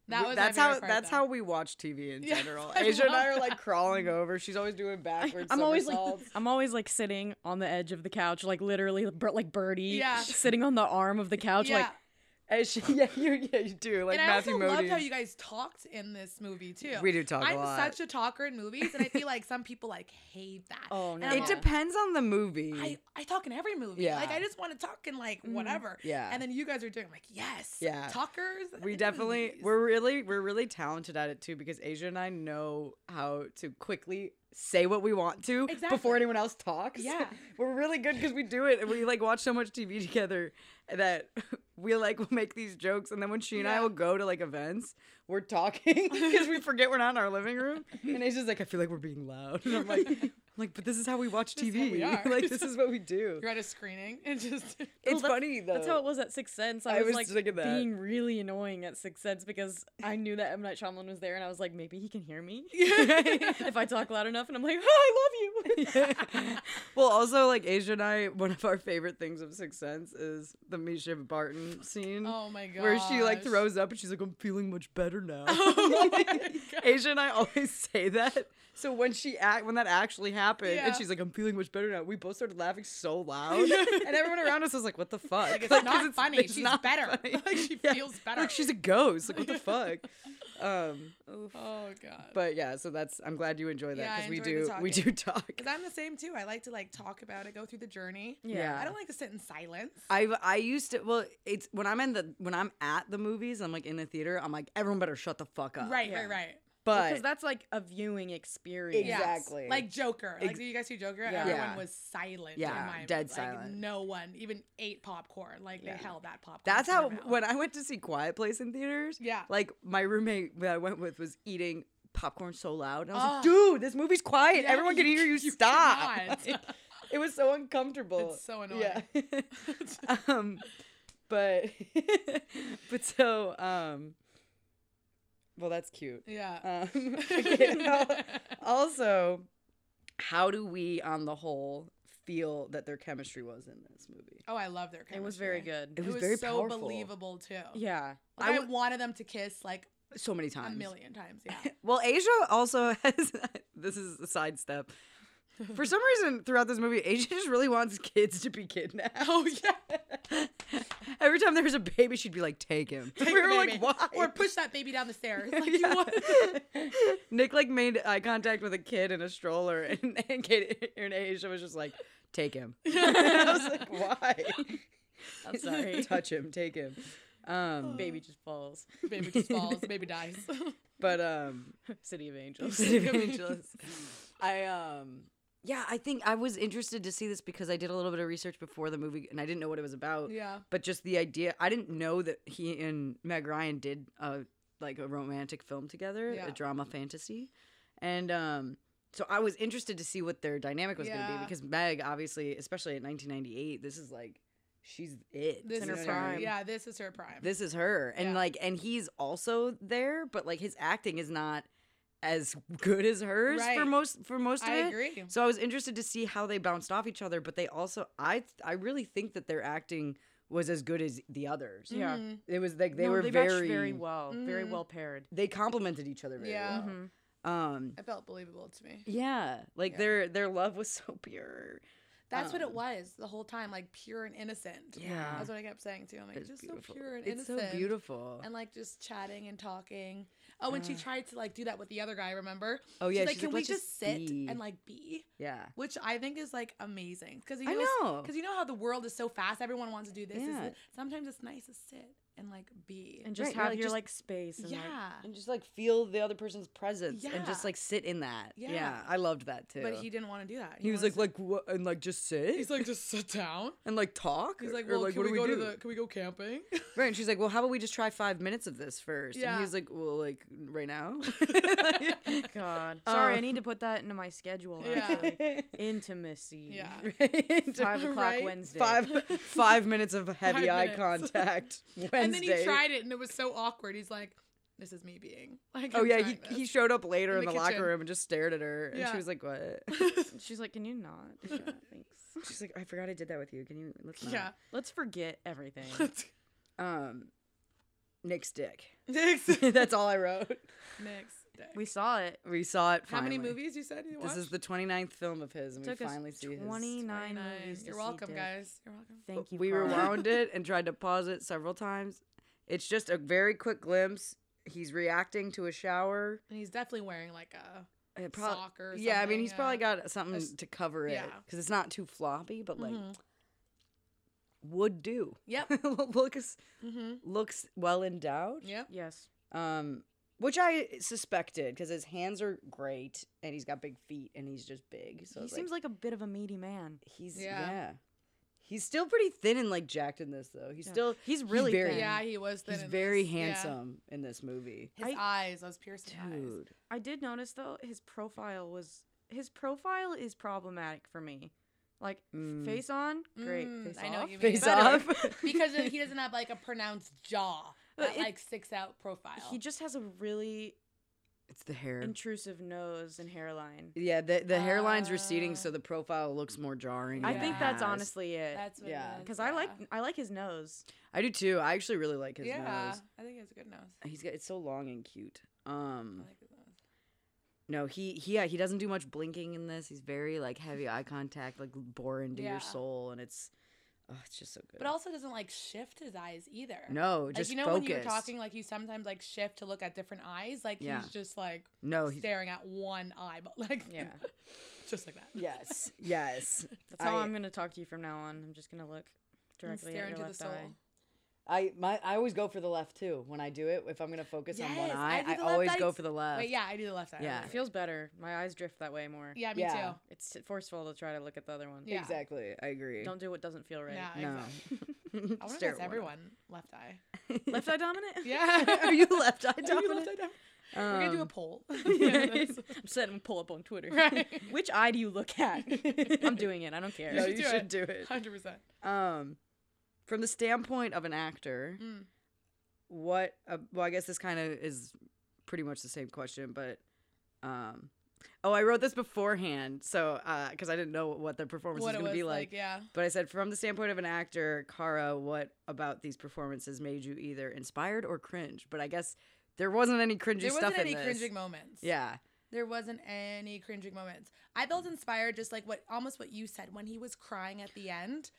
that
We-
was
that's
my
how
favorite part,
that's
though.
how we watch TV in
Yeah,
general.
I
Asia and I
love
are like
that.
crawling over. She's always doing backwards.
I'm always like,
somersaults.
I'm always like sitting on the edge of the couch, like literally, bur- like Birdie,
Yeah.
sitting on the arm of the couch,
yeah.
like
As she, yeah, you, yeah, you do. Like
and I
Matthew
also
Modine.
loved how you guys talked in this movie too.
We do talk a
I'm
lot.
such a talker in movies, and I feel like some people like hate that.
oh
And
no,
I'm
it
like,
depends on the movie.
I, I talk in every movie.
Yeah. Mm,
Like I just want to talk in like whatever.
Yeah.
And then you guys are doing I'm like yes.
Yeah.
Talkers.
we definitely we're really we're really talented at it too because Asia and I know how to quickly say what we want to before
Exactly.
anyone else talks.
Yeah.
we're really good because we do it and we like watch so much TV together that we like will make these jokes and then when she and I
Yeah.
will go to like events, we're talking because we forget we're not in our living room and Asia's like I feel like we're being loud and I'm like I'm like but this is how we watch TV.
we are.
like this is what we do.
You're at a screening and just
It's funny though.
That's how it was at Sixth Sense. I,
I
was,
was
like
thinking that.
being really annoying at Sixth Sense because I knew that M Night Shyamalan was there, and I was like, maybe he can hear me if I talk loud enough. And I'm like, oh, I love you.
well, also like Asia and I, one of our favorite things of Sixth Sense is the Misha Barton scene.
Oh my Oh god.
Where she like throws up and she's like, I'm feeling much better now. Asia and I always say that. So when she act when that actually happened
Yeah.
and she's like, I'm feeling much better now, we both started laughing so loud. and everyone around us was like, What the fuck?
Like, it's
'cause
not funny.
it's
She's
not
better.
funny.
Like, she feels better.
Like she's a ghost. Like what the fuck? Um
Oh god.
but yeah, so that's I'm glad you enjoy
Yeah,
that
I
because we
enjoyed
do
the
we do
talking.
talk.
Because I'm the same too. I like to like talk about it, go through the journey.
Yeah. Uh,
I don't like to sit in silence.
I've I used to well it's when I'm in the when I'm at the movies I'm like in the theater I'm like everyone better shut the fuck up
Right, right, right.
but
because that's like a viewing experience.
Yes.
Exactly.
Like Joker. Like
Ex-
you guys see Joker?
Yeah. Yeah.
Everyone was silent.
Yeah,
In my,
dead
like,
silent.
No one even ate popcorn. Like they held that popcorn.
that's
to their
how
mouth.
when I went to see Quiet Place in theaters
Yeah.
like my roommate that I went with was eating popcorn so loud and I was like
Ah.
dude this movie's quiet
Yeah,
everyone can
you-
hear you,
you
stop
cannot.
it was so uncomfortable
It's so
yeah. um but but so um well that's cute
Yeah.
Um, okay, al- also, how do we, on the whole, feel that their chemistry was in this movie?
oh, I love their
It
chemistry.
was very good.
It
It
was
was,
very
so
powerful.
believable too.
Yeah.
Like,
I
I
w-
wanted them to kiss like
So many
a
times.
million times. Yeah.
Well, Asia also has. this is a sidestep. For some reason, throughout this movie, Asia just really wants kids to be kidnapped. Oh yeah! Every time there was a baby, she'd be like, "Take him." we
the
were like,
baby.
"Why?"
Or push that baby down the stairs. Like
Yeah.
you want
Nick like made eye contact with a kid in a stroller, and and, Kate, and Asia was just like, "Take him." I was like, "Why?"
I'm sorry. Oh.
Touch him, take him. Um,
Baby just falls.
baby just falls, baby dies.
but um,
City of Angels.
City of Angels. I um, yeah, I think I was interested to see this because I did a little bit of research before the movie, and I didn't know what it was about.
Yeah.
But just the idea, I didn't know that he and Meg Ryan did a like a romantic film together,
Yeah.
a drama fantasy, and um. So I was interested to see what their dynamic was going to be
Yeah.
because Meg, obviously, especially in 1998, this is like, she's it.
This
in her
is
prime.
her. Yeah, this is her prime.
this is her and
Yeah.
like and he's also there but like his acting is not as good as hers for
Right.
most for most of
I
it
agree.
so i was interested to see how they bounced off each other but they also i i really think that their acting was as good as the others
Yeah.
Mm-hmm.
it was like they
No,
were
they matched
very, Mm.
very well, very
Mhm.
well paired.
they complemented each other very
Yeah.
well
Mhm.
um
it felt believable to me.
yeah like
Yeah.
their their love was so pure
That's what it
Um,
was the whole time, like pure and innocent.
Yeah.
That's what I kept saying too. I'm like,
It's
just
beautiful.
so pure and
it's
innocent.
so beautiful
And like just chatting and talking. Oh, when she tried to like do that with the other guy, remember?
Uh. Oh,
She's like,
yeah, she's like,
can we
"Let's just
just, sit
be."
and like be?
yeah
Which I think is like amazing. Because you
I
know,
know.
Because you know how the world is so fast. Everyone wants to do this. this,
Yeah.
this. Sometimes it's nice to sit and like be.
And just
Right, you're
have
like,
your
just-
like space. And,
yeah.
like-
and just like feel the other person's presence and
Yeah.
just like sit in that. Yeah,
Yeah.
I loved that too.
but he didn't want to do that.
He was like,
wanted
like what, and like just sit.
to- he's like, just sit down.
and like talk.
He's
or-
like,
or,
well,
like,
can
what
we
do
go
we
to
do?
the? Can we go camping?
right? And she's like, well, how about we just try five minutes of this first? And
Yeah.
he's like, well, like right now.
God. Sorry, I
Um,
need to put that into my schedule.
Yeah.
Actually. Intimacy.
yeah.
Right?
Five o'clock
Right?
Wednesday.
Five five minutes of heavy
Five
eye
minutes.
contact. Wednesday.
And then he tried it, and it was so awkward. He's like, "This is me being like."
Oh
I'm
yeah, he,
trying
he
this."
showed up later in,
in
the,
the
locker
kitchen.
room and just stared at her, and she
Yeah.
was like, "What?"
She's like, can you not? Yeah, thanks.
She's like, "I forgot I did that with you. Can you let's not."
yeah.
Let's forget everything.
Um, Nick's dick.
Next,
That's all I wrote.
next day.
we saw it.
We saw it.
How many
finally.
movies you said you
This
watched?
is the 29th film of his, and
Took
we
us
finally see his.
29 movies. to
You're
see
welcome,
Dick.
guys. You're welcome.
Thank you.
We
Carl.
rewound it and tried to pause it several times, It's just a very quick glimpse. He's reacting to a shower.
And he's definitely wearing like a
It prob-
sock or something.
yeah, I mean, he's
yeah.
probably got something to cover it
yeah.
because it's not too floppy, but like
Mhm.
would do.
Yep.
looks
Mhm.
looks well endowed.
Yep.
Yes.
Um, which I suspected because his hands are great and he's got big feet and he's just big. So
he seems like, a bit of a meaty man.
He's yeah.
Yeah.
He's still pretty thin and like jacked in this though. He's
Yeah.
still
He's really
very,
thin.
Yeah, he was thin
He's
in
very
this, yeah.
handsome in this movie.
His eyes, those piercing eyes.
Dude.
I did notice though his profile was his profile is problematic for me. Like f-
Mm.
face on, great.
Mm,
face
I know
off.
what you mean.
Face
Better.
off.
because he doesn't have like a pronounced jaw
But
that
it-
like sticks out profile.
He just has a really
It's the hair.
intrusive nose and hairline.
yeah, the the hairline's receding,
Uh,
so the profile looks more jarring.
I
than
think
it has.
that's honestly it.
That's what
yeah.
it is.
Because I like
yeah.
I like his nose.
I do too. I actually really like his
yeah,
nose.
I think it's a good nose.
He's got it's so long and cute.
I
Um,
like his nose.
no, he he yeah, he doesn't do much blinking in this. He's very like heavy eye contact, like bore into
Yeah.
your soul, and it's oh, it's just so good.
But also doesn't like shift his eyes either.
no,
Like
just
you know
focused.
when you were talking, like you sometimes like shift to look at different eyes. Like
Yeah.
he's just like
no, Oh, he,
staring at one eye, but like
Yeah.
just like that.
yes, yes.
That's how
I-
I, am gonna talk to you from now on. I'm just gonna look
And
directly
stare
at
into
your
the
left
soul.
eye.
I my I always go for the left too when I do it. If I'm gonna focus on one
Yes, do
eye, I,
the left
always
eye
go
t-
for the left.
Wait, yeah, I do the left eye.
Yeah.
It feels better. My eyes drift that way more.
Yeah, me
Yeah.
too.
It's t- forceful to try to look at the other one.
Yeah.
Exactly, I agree.
Don't do what doesn't feel right.
Yeah,
no.
exactly. I wonder
Stare
if that's
at one eye.
everyone left eye.
Left eye dominant?
Yeah.
Are you left eye
Are you
dominant?
left eye down? We're gonna do a
Um,
poll.
I'm setting a pull up on Twitter.
Right.
Which eye do you look at? I'm doing it. I don't care.
No,
should do
you should
it.
do it.
Hundred percent.
um from the standpoint of an actor
Mm.
what uh, well i guess this kind of is pretty much the same question but um oh i wrote this beforehand so uh because i didn't know what the performance
What
was
it
going
was
to be
like,
like,
yeah.
but i said from the standpoint of an actor cara what about these performances made you either inspired or cringe but i guess there wasn't any cringy
There
stuff
wasn't any
in this
cringing moments.
yeah
There wasn't any cringing moments. I
Mm.
felt inspired just like what almost what you said when he was crying at the end.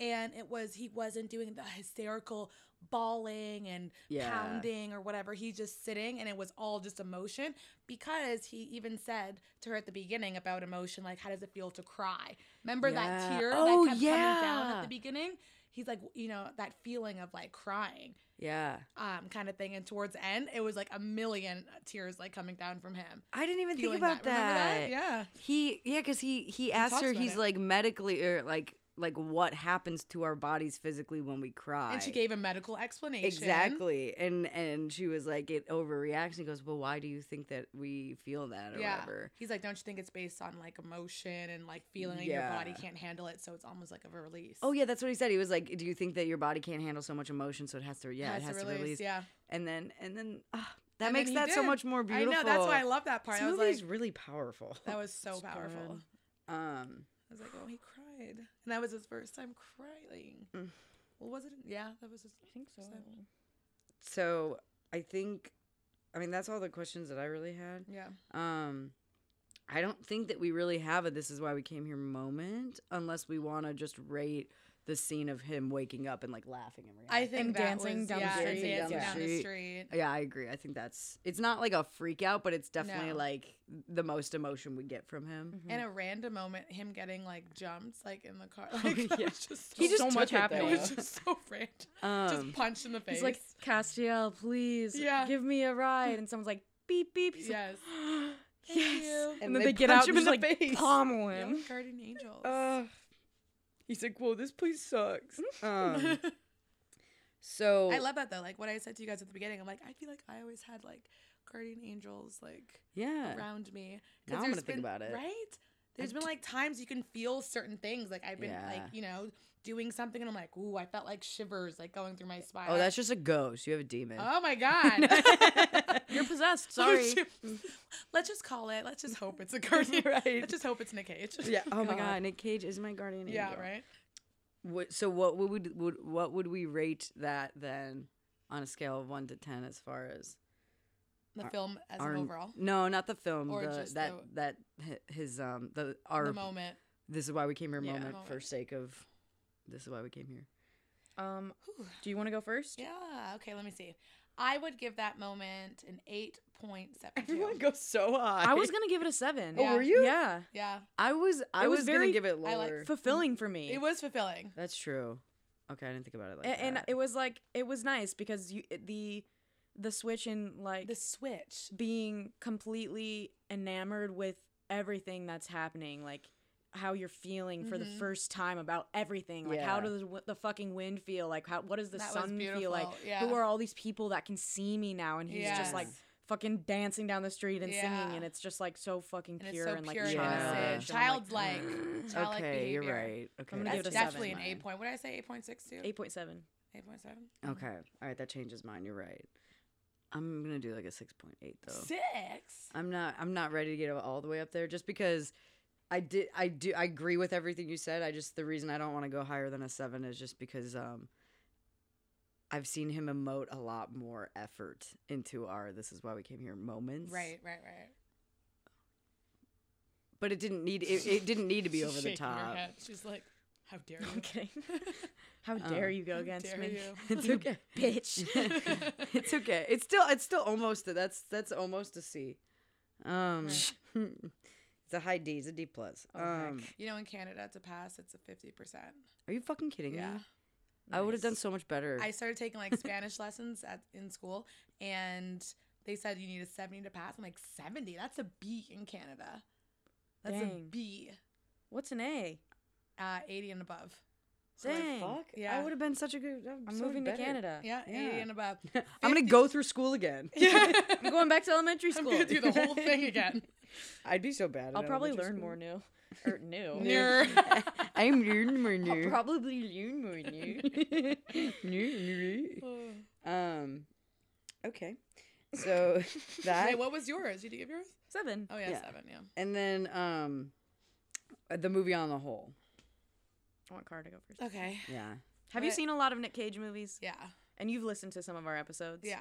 And it was he wasn't doing the hysterical bawling and
Yeah.
pounding or whatever. He's just sitting and it was all just emotion because he even said to her at the beginning about emotion, like how does it feel to cry? Remember
Yeah.
that tear
Oh,
that kept coming down
yeah.
at the beginning? He's like, you know, that feeling of like crying
yeah
um kind of thing. And towards the end, it was like a million tears like coming down from him.
i didn't even think
Feeling
about
Remember that? Yeah.
He yeah, because he he asked
talks
her.
about
He's
it.
like medically or like like what happens to our bodies physically when we cry.
And she gave a medical explanation.
exactly, and and she was like it overreacts. He goes, well, why do you think that we feel that or
Yeah.
whatever?
He's like, don't you think it's based on like emotion and like feeling your body
Yeah.
can't handle it? So it's almost like of a release.
Oh yeah, that's what he said. He was like, do you think that your body can't handle so much emotion, so it has to yeah, it has to release.
Yeah.
And then and then ah, that
And then
makes
he
that so
did.
much more beautiful.
I know. That's why I love that part.
This
I was
movie's
like,
really powerful.
that was so
It's
powerful.
good. Um,
I was like, oh, he cried. And that was his first time crying.
Mm.
Well, was it? Yeah, that was his. I think so.
so I think, I mean, that's all the questions that I really had.
Yeah.
Um, I don't think that we really have a "this is why we came here" moment, unless we want to just rate the scene of him waking up and like laughing and
I
reacting.
think
And
that
dancing
was,
down the
yeah,
street.
Dancing
Yeah.
down the
Street.
street.
yeah, I agree. I think that's it's not like a freak out, but it's definitely
No. Mm-hmm.
like the most emotion we get from him.
And a random moment, him getting like jumped, like in the car. Like, that
Oh, yeah.
was just
He
so-
just took it, though.
It was just so random.
Um,
just punched in the face.
He's like, Castiel, please
Yeah.
give me a ride. And someone's like, beep, beep. He's like,
yes.
yes.
you.
And, then they, get
punch
out
him
and just
in
like
the face.
pommel
Yeah,
him.
like guardian angels.
Oh. he's like, "Whoa, this place sucks." um, so
I love that though. Like what I said to you guys at the beginning, I'm like, I feel like I always had like guardian angels like
yeah.
around me. 'Cause
Uh, Now I'm
there's
gonna think
been-
about it.
Right? There's been like times you can feel certain things. Like I've been
Yeah.
like, you know, doing something and I'm like, ooh, I felt like shivers like going through my spine.
Oh, that's just a ghost. You have a demon.
Oh my god.
You're possessed. Sorry.
Let's just call it. Let's just hope it's a guardian.
Right.
Let's just hope it's Nick Cage.
Yeah. Oh my God. Nick Cage is my guardian angel.
Yeah, right.
What, so what would, would what would we rate that then on a scale of one to ten as far as
The film as
our
an overall.
No, not the film.
Or
the,
just
that
the-
that hi- his um the our
the moment.
this is why we came here
Yeah,
moment, for
moment.
sake of this is why we came here.
Um, do you want to go first?
Yeah. Okay, let me see. I would give that moment an 8.72.
Everyone goes so high.
I was gonna give it a seven.
Oh, were you?
Yeah.
Yeah.
I was. I
It
was,
was
gonna
very-
give it
I
lower.
like- fulfilling for me.
It was fulfilling.
That's true. Okay, I didn't think about it like
A- and,
that.
it was like it was nice because you it- the the switch in like the
switch
being completely enamored with everything that's happening like how you're feeling for the
Mhm.
first time about everything like how
Yeah.
does the w- the fucking wind feel like how what does the
That was
sun feel like
beautiful, yeah.
who are all these people that can see me now and he's just like
Yes.
fucking dancing down the street and
Yeah.
singing and it's just like so fucking
And it's
pure
so
and like
pure and
childish
innocent,
and I'm like,
childlike,
"Mm."
childlike
Okay, you're
behavior.
right. Okay.
I'm gonna
That's
give it a
definitely
seven.
an 8 point. What did I say? 8.62?
8.7.
8.7?
Okay. All right. That changes mine. You're right. I'm gonna do like a six point eight though.
Six?
I'm not. I'm not ready to get all the way up there just because I did. I do. I agree with everything you said. I just the reason I don't want to go higher than a seven is just because um I've seen him emote a lot more effort into our. This is why we came here. Moments.
Right, right, right.
But it didn't need. It, it didn't need to be
She's
over the
shaking her
top.
head. She's like, how dare you?
I'm kidding. How
Um,
dare you go
how
against
dare
me?
you.
It's okay,
bitch.
it's okay. It's still it's still almost a, that's that's almost a C. Um, it's a high D. It's a D plus.
Oh
um,
you know, in Canada, to pass, it's a 50%.
are you fucking
Mm-hmm.
kidding
Yeah.
me? I would have done so much better.
I started taking like Spanish lessons at in school, and they said you need a 70 to pass. I'm like 70. That's a B in Canada. That's a
Dang.
B.
What's an A?
Uh, 80 and above.
What the
Dang.
fuck?
Yeah.
I would have been such a good.
I'm moving to Canada.
Yeah, 80 and above.
I'm gonna go through school again.
I'm going back to elementary
I'm
school.
gonna do the whole thing again.
I'd be so bad.
I'll
at
probably
elementary
learn
school.
more new. Or new.
Near.
I'm learning more new.
I'll probably learn more new.
New- new. um, okay. So that
Wait, what was yours? Did you give yours?
Seven.
Oh yeah,
Yeah.
seven. Yeah.
And then um the movie on the whole.
I want Car to go first.
Okay.
Yeah.
Have you
What?
seen a lot of Nick Cage movies?
Yeah.
And you've listened to some of our episodes.
Yeah.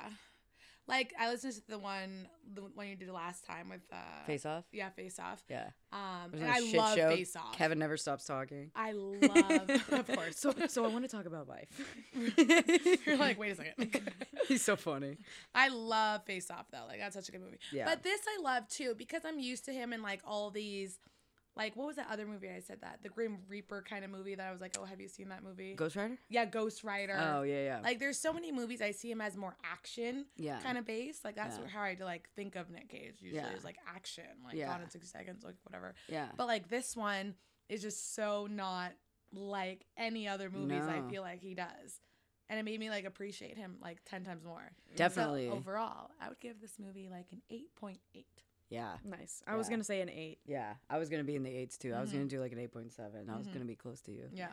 Like I listened to the one, the one you did last time with uh,
Face Off?
Yeah, Face Off.
Yeah.
Um,
It was
and
on a
I
shit
love
show.
Face Off.
Kevin never stops talking.
I love, of course.
So, so I want to talk about life.
You're like, wait a second.
He's so funny.
I love Face Off though. Like that's such a good movie.
Yeah.
But this I love too because I'm used to him in like all these, like what was that other movie I said that the Grim Reaper kind of movie that I was like, oh, have you seen that movie?
Ghost Rider?
Yeah, Ghost Rider.
Oh, yeah, yeah.
Like there's so many movies I see him as more action.
Yeah.
Kind of based. Like that's
Yeah.
how I like think of Nick Cage usually
Yeah.
is like action, like
Yeah.
on in sixty seconds, like whatever.
Yeah.
But like this one is just so not like any other movies
No.
I feel like he does. And it made me like appreciate him like ten times more. So,
Definitely.
overall, I would give this movie like an eight point eight.
Yeah.
Nice. I was
Yeah.
gonna say an eight.
Yeah. I was gonna be in the eights too. I was
Mhm.
gonna do like an eight point seven. I was
Mhm.
gonna be close to you.
Yeah.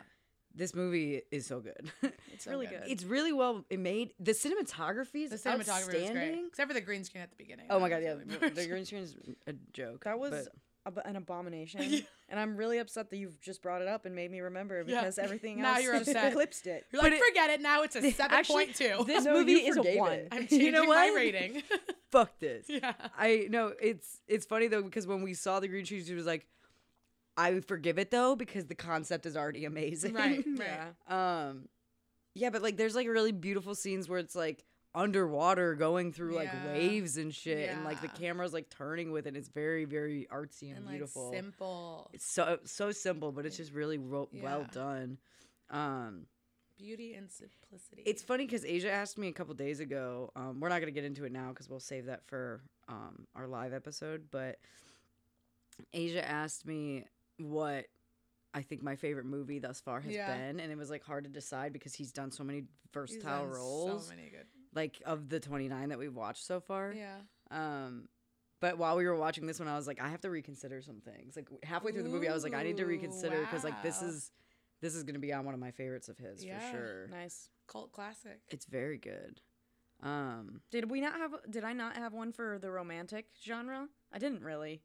This movie is so good.
It's
So
really
good.
good.
it's really well it made. The cinematography is
The cinematography was great.
outstanding.
Except for the green screen at the beginning.
Oh
That
my god,
was
yeah.
really
the-
bad.
The green screen is a joke.
That was
but-
ab- an abomination, and I'm really upset that you've just brought it up and made me remember
Yeah.
because everything
Now
else
you're
just
upset.
eclipsed it.
You're like, forget it. Now it's a seven
Actually,
point two.
This
No, you
movie is a
forgave
one.
it.
I'm changing
You know
my
what?
rating.
fuck this.
Yeah.
I know it's it's funny though because when we saw the green shoes, she was like, I forgive it though because the concept is already amazing.
right. Right.
Yeah.
um, yeah, but like there's like really beautiful scenes where it's like underwater going through like
Yeah.
waves and shit, and like the
Yeah.
camera's like turning with it. It's very very artsy and,
And like
beautiful.
simple
it's so so simple, but it's just really ro- well
Yeah.
done. Um,
beauty and simplicity.
it's funny because Asia asked me a couple days ago. Um, we're not going to get into it now because we'll save that for um, our live episode. But Asia asked me what I think my favorite movie thus far has
Yeah.
been, and it was like hard to decide because he's done so many
He's
versatile
done
roles,
So many good.
like of the twenty nine that we've watched so far.
Yeah.
Um, but while we were watching this one, I was like, I have to reconsider some things. Like halfway through the movie, I was like, I need to
Ooh,
reconsider because like this
wow.
is this is going to be on one of my favorites of his
Yeah.
for sure.
Nice.
Cult classic.
It's very good. Um,
Did we not have? Did I not have one for the romantic genre? I didn't really.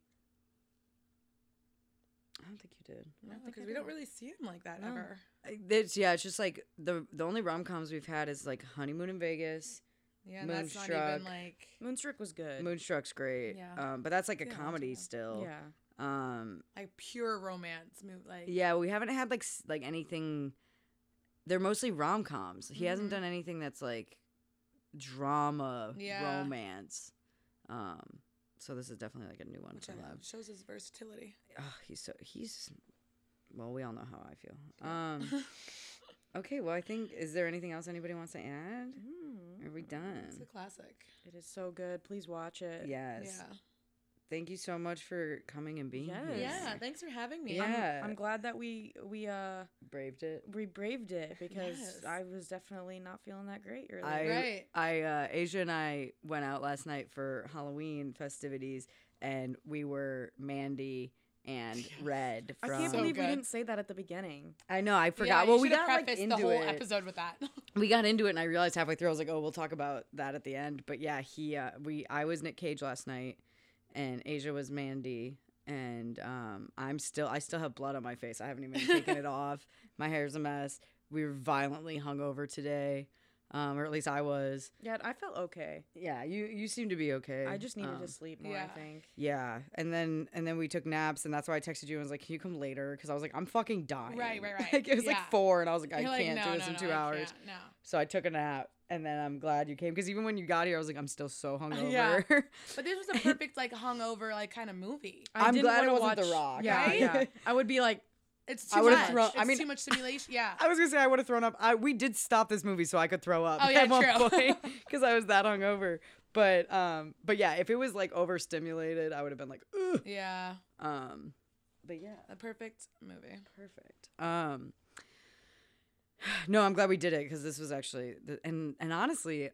I don't think you did.
No,
think
because
I
we don't
did.
really see him like that
No.
ever.
I- It's, yeah, it's just like the the only rom coms we've had is like Honeymoon in Vegas.
Yeah, and that's not even
Moonstruck.
like
Moonstruck was good.
Moonstruck's great.
Yeah.
Um, but that's like a
Yeah, that's
comedy
right.
still.
yeah.
Um,
like pure romance movie. Like
yeah, we haven't had like s- like anything. They're mostly rom coms. He
Mm-hmm.
hasn't done anything that's like drama,
Yeah.
romance. Um, so this is definitely like a new one
Which
I
I
love.
love. Shows his versatility.
Oh, he's so he's. Well, we all know how I feel. Um, okay. Well, I think is there anything else anybody wants to add? Are we
It's
done?
Mm-hmm. a classic.
Hmm. It is so good. Please watch it.
Yes. Thank you so much for coming and being
Yes.
here.
Yeah. Thanks for having me.
Yeah.
I'm, I'm glad that we we uh
Braved it.
we braved it because
Yes.
I was definitely not feeling that great earlier.
I,
Right.
I, uh, Asia and I went out last night for Halloween festivities, and we were Mandy and Red.
I
From,
can't
So
believe
good.
we didn't say that at the beginning.
I know. I
Yeah,
forgot.
you
well, we
should've
got like,
prefaced
into
the whole
it.
episode with that.
We got into it, and I realized halfway through I was like, "Oh, we'll talk about that at the end." But yeah, he, uh, we, I was Nick Cage last night, and Asia was Mandy, and um, I'm still, I still have blood on my face. I haven't even taken it off. My hair's a mess. We were violently hungover today, um, or at least I was.
Yeah, I felt okay.
Yeah, you you seem to be okay.
I just needed
Um,
to sleep more.
yeah.
I think.
Yeah, and then and then we took naps, and that's why I texted you and was like, "Can you come later?" Because I was like, "I'm fucking dying."
Right, right, right.
Like, it was
Yeah.
like four, and I was like, "I
You're like,
can't
"No,
do
no,
this in
no,
two
I
hours."
can't, No.
So I took a nap, and then I'm glad you came because even when you got here, I was like, "I'm still so hungover."
Yeah. But this was a perfect like hungover like kind of movie.
I
I'm
didn't
glad it
wanna
wasn't The
watch-
Rock,
Yeah,
right?
yeah. I would be like,
It's
I
too
would've
much.
thrown-
it's
I mean-
too much simulation. Yeah.
I was gonna say I would have thrown up. I we did stop this movie so I could throw up
Oh, yeah,
at one
true.
point because I was that hungover. But um, but yeah, if it was like overstimulated, I would have been like, Ugh.
yeah.
um, but yeah.
The perfect movie.
Perfect. Um, no, I'm glad we did it because this was actually, the, and and honestly,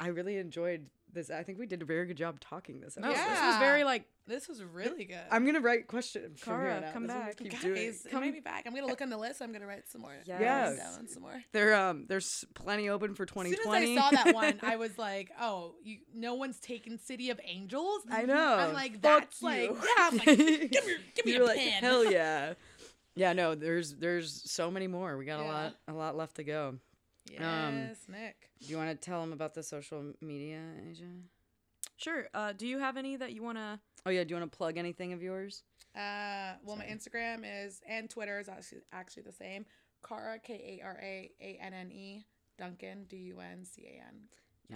I really enjoyed this. I think we did a very good job talking this.
no,
Oh,
Episode.
this was very like
This was really good.
I'm gonna write question. from here
Cara,
on out.
come
That's what we
back.
keep
Guys,
doing.
it made me back. I'm gonna look on the list. I'm gonna write some more.
Yes.
Yes.
Down some more.
They're um, there's plenty open for
As soon
2020.
as I saw that one, I was like, "Oh, you, no one's taken City of Angels."
I know.
I'm like,
Fuck
"That's
you.
like, yeah." I'm like, give me, give me
You're
a
like,
pen.
hell yeah. Yeah, no, there's there's so many more. We got a
Yeah.
lot a lot left to go.
Yes,
Um,
Nick.
Do you want to tell them about the social media, Asia?
sure. Uh, do you have any that you wanna?
Oh yeah, do you want to plug anything of yours?
Uh, well, my Instagram is and Twitter is actually actually the same. Cara K A R A A N N E Duncan D U N C A N.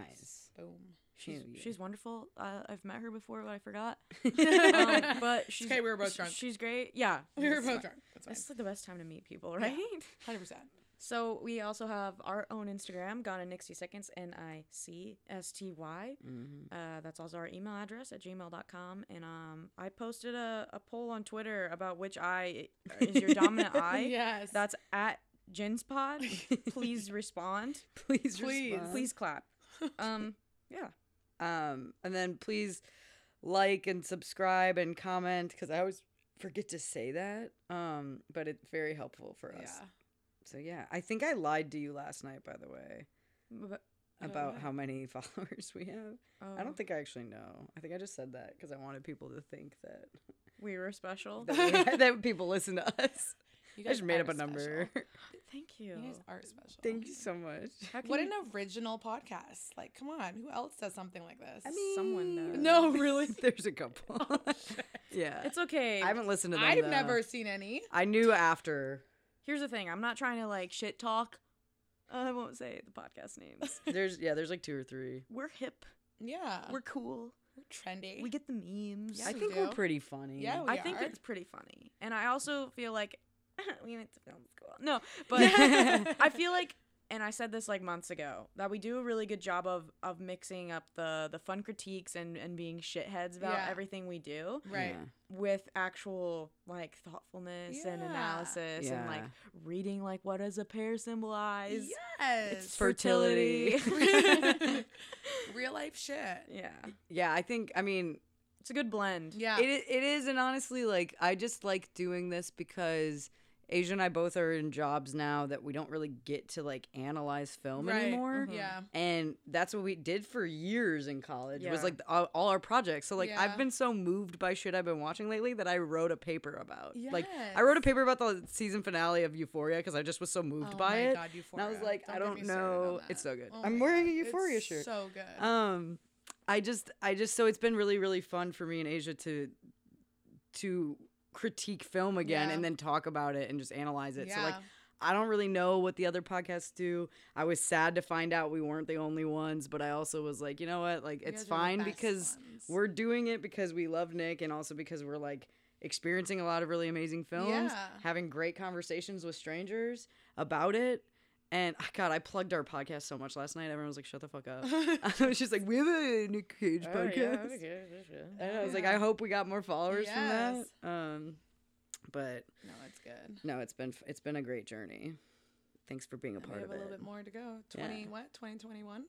Nice.
Boom.
She's,
Hell yeah.
she's wonderful. Uh, I've met her before, but I forgot. um, but she's
okay, we were both
sh-
drunk.
She's great. Yeah,
We were
that's
both
fine.
drunk. That's
That's like the best time to meet people, right?
hundred percent.
So we also have our own Instagram, Gone in 60 Seconds, N I C S T Y.
Mm-hmm.
Uh, that's also our email address at gmail.com. And um, I posted a, a poll on Twitter about which eye is your dominant eye.
Yes.
That's at Jinspod. Please respond.
please,
Please.
respond.
Please clap. Um, yeah.
Um, and then please like and subscribe and comment because I always forget to say that. Um, but it's very helpful for us.
Yeah.
So yeah, I think I lied to you last night, by the way,
But,
about how many followers we have. I
oh,
don't think I actually know. I think I just said that because I wanted people to think that
we were special.
that, we- that people listen to us.
You
I just made
are
up a
special.
number.
Thank you.
You guys are special.
Thank you so much.
How can
What
you-
an original podcast! Like, come on, who else does something like this?
someone
mean,
does.
no, really. Oh,
There's a couple. yeah,
It's okay.
I haven't listened to them.
I've
though.
never seen any.
I knew after
Here's the thing I'm not trying to like shit talk. Oh, I won't say the podcast names.
There's yeah, there's like two or three.
we're hip.
Yeah,
We're cool.
trendy.
We get the memes.
Yeah,
I
we
think we're
do.
pretty funny.
yeah, we
I think
are.
it's pretty funny. And I also feel like we went to film school. No, but I feel like and I said this like months ago that we do a really good job of of mixing up the the fun critiques and and being shitheads about
Yeah.
everything we do
right.
Yeah.
with actual like thoughtfulness and
Yeah.
analysis and like
Yeah.
reading like what does a pear symbolize?
Yes,
Fertility.
fertility.
real life shit.
yeah.
Yeah, I think I mean
It's a good blend.
Yeah,
it i- it is and honestly like I just like doing this because Asia and I both are in jobs now that we don't really get to like analyze film
right. Mm-hmm.
anymore.
Yeah,
And that's what we did for years in college was
Yeah.
like all, all our projects. So like
Yeah.
I've been so moved by shit I've been watching lately that I wrote a paper about. Like I
Yes.
wrote a paper about the season finale of Euphoria because I just was so moved
Oh
by
my
it.
God,
And I was
Euphoria.
like, I
Don't get
don't
me started on
know.
that.
It's so good.
Oh
I'm
my
wearing a
God,
Euphoria
it's
shirt.
So good.
um i just i just so it's been really really fun for me and asia to to critique film again
Yeah.
and then talk about it and just analyze it so like
Yeah.
I don't really know what the other podcasts do. I was sad to find out we weren't the only ones, but I also was like, you know what? Like,
guys
it's
are the
fine
best
because
ones.
we're doing it because we love Nick and also because we're like experiencing a lot of really amazing films,
Yeah.
having great conversations with strangers about it. And ah, God, I plugged our podcast so much last night. Everyone was like, "Shut the fuck up!" I was just like, "We have a Nick Cage
Oh,
podcast."
yeah,
And I was like,
Yeah.
"I hope we got more followers
Yes.
from that." Um, but
No, it's good.
no, it's been it's been a great journey. Thanks for being a
we
part
have
of
a little
it.
bit more to go.
Yeah.
Twenty what? Twenty twenty one.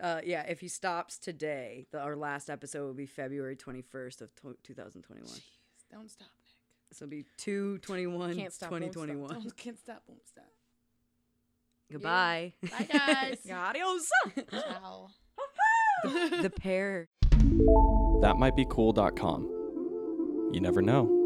Uh, yeah, if he stops today, the, our last episode will be February twenty first of tw 2021.
Don't stop.
So it'll be 2 21
Can't stop, won't stop.
2021.
Don't can't stop. Won't stop.
Goodbye.
Bye guys.
Adios.
Ciao.
the pair.
That might be cool.com. You never know.